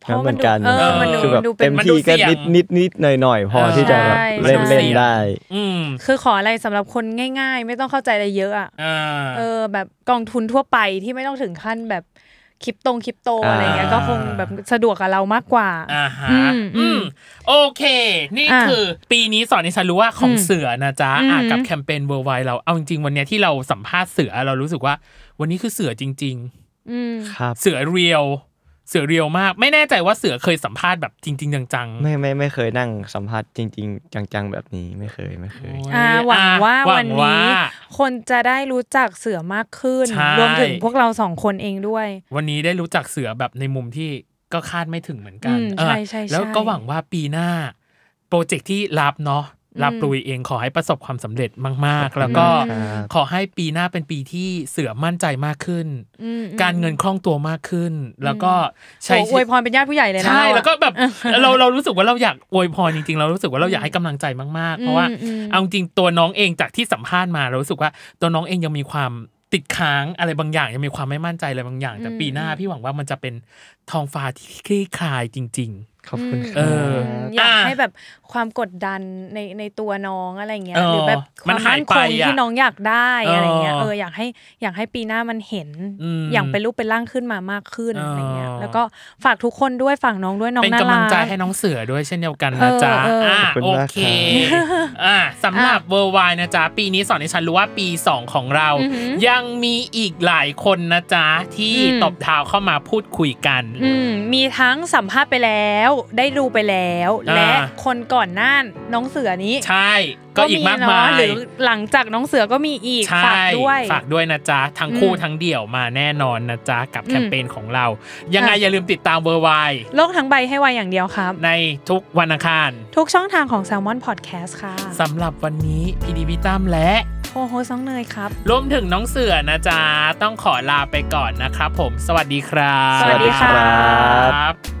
เพ งั้น ราะ เห มั มื นดูอนกัน เออมันดู คือแบบ มันดูเป็ เต็ น ม มันดู ที่ เสี่ยงก็นิดนิดนิดหน่อยหน่อยๆ พอ เออ ที่จะแบบ ใช่ เล่น ใช่ เล่นได้ อืม คือขออะไรสำหรับคนง่าย ๆ ไม่ต้องเข้าใจอะไรเยอะอ่ะ เออ เออแบบกองทุนทั่วไปที่ไม่ต้องถึงขั้นแบบคริปตงคริปโต อ่า อะไรเงี้ยก็คงแบบสะดวกกับเรามากกว่า อ่าฮะ อืมอื อืม ม โอเค นี่ อ่ะ คือปีนี้สอนให้ฉันรู้ว่าของ อืม เสือนะจ๊ะอ่ะ อืม กับแคมเปญเวอร์ไวเราเอาจริงๆวันเนี้ยที่เราสัมภาษณ์เสือเรารู้สึกว่า วันนี้คือเสือจริง อืม ครับ ๆ เสือเรียว เสือเรียวมาก ไม่แน่ใจว่าเสือเคยสัมภาษณ์แบบจริง ๆ จังๆ ไม่ไม่ไม่เคยนั่งสัมภาษณ์จริง ๆ จังๆ แบบนี้ไม่เคยไม่เคย โย อ่าหวัง อ่ะ ว่า ห วัน ว่า นี้ คนจะได้รู้จักเสือมากขึ้น ใช่ รวมถึงพวกเราสองคนเองด้วย วันนี้ได้รู้จักเสือแบบในมุมที่ก็คาดไม่ถึงเหมือนกัน อืม เออ ใช่ใช่ใช่ แล้วก็หวังว่าปีหน้า โปรเจกต์ที่รับเนาะ รับลุยเองขอให้ประสบความสำเร็จมากๆ แล้วก็ ครับ ขอให้ปีหน้าเป็นปีที่เสือมั่นใจมากขึ้น อืมอืม การเงินคล่องตัวมากขึ้น แล้วก็ใช้ โอ้อวยพรเป็นญาติผู้ใหญ่เลยนะ ใช่ เราอะ แล้วก็ (laughs) แบบเราเรารู้สึกว่าเราอยากอวยพรจริงๆ เรารู้สึกว่าเราอยากให้กำลังใจมากๆ เพราะว่า อืมอืม เอาจริงๆตัวน้องเองจากที่สัมภาษณ์มาเรารู้สึกว่าตัวน้องเองยังมีความติดค้างอะไรบางอย่างยังมีความไม่มั่นใจอะไรบางอย่าง แต่ปีหน้าพี่หวังว่ามันจะเป็นทองฟ้าที่คลี่คลายจริง ขอบคุณค เอ รับ อ อืมอยาก อ่ะ ให้แบบความกดดันในในตัวน้องอะไรเงี้ย เออ หรือแบบค มัน วาม หาย มั่นคง ไปอะ ที่น้องอยากได้อะไรเงี้ย เออ เอออยากให้อยากให้ปีหน้ามันเห็น อืม อย่างเป็นรูปเป็นร่างขึ้นมามากขึ้น เอออ อะไรเงี้ยแล้วก็ฝากทุกคนด้วยฝากน้องด้วยน้อง เป็น่ากนำ รั ลังใจ ก ให้น้องเสือด้วยเช่นเดียวกันนะจ๊ะ เออเอออ่ ่า ขอบคุณ โอ มาก เค ครับ อ่าสำหรับ อ่ะ เวอร์ไวนะจ๊ะ ปีนี้สอนให้ฉันรู้ว่าปี 2 ของเรา อือหือ ยังมีอีกหลายคนนะจ๊ะ ที่ อืม ตบเท้าเข้ามาพูดคุยกัน อืมมีทั้งสัมภาษณ์ไปแล้ว ได้ดูไปแล้ว อ่า และคนก่อนหน้าน้องเสือนี้ ใช่ ก็อีกมากมา เนะห ย รือหลังจากน้องเสือก็มีอีก ใช่ ฝากด้วย ฝากด้วยนะจ๊ะ ทั้งคู่ อืม ทั้งเดี่ยวมาแน่นอนนะจ๊ะ กับแคมเปญของเรา ยังไง อ่ะ อย่าลืมติดตามเวอร์ไว โลกทั้งใบให้ไวอย่างเดียวครับ ในทุกวันอังคาร ทุกช่องทางของ Salmon Podcast ค่ะ สำหรับวันนี้พีดีพิตามและ โคโฮสต์น้องเนยครับ รวมถึงน้องเสือนะจ๊ะ ต้องขอลาไปก่อนนะครับผม สวัสดีครับ สวัสดีครั บ บ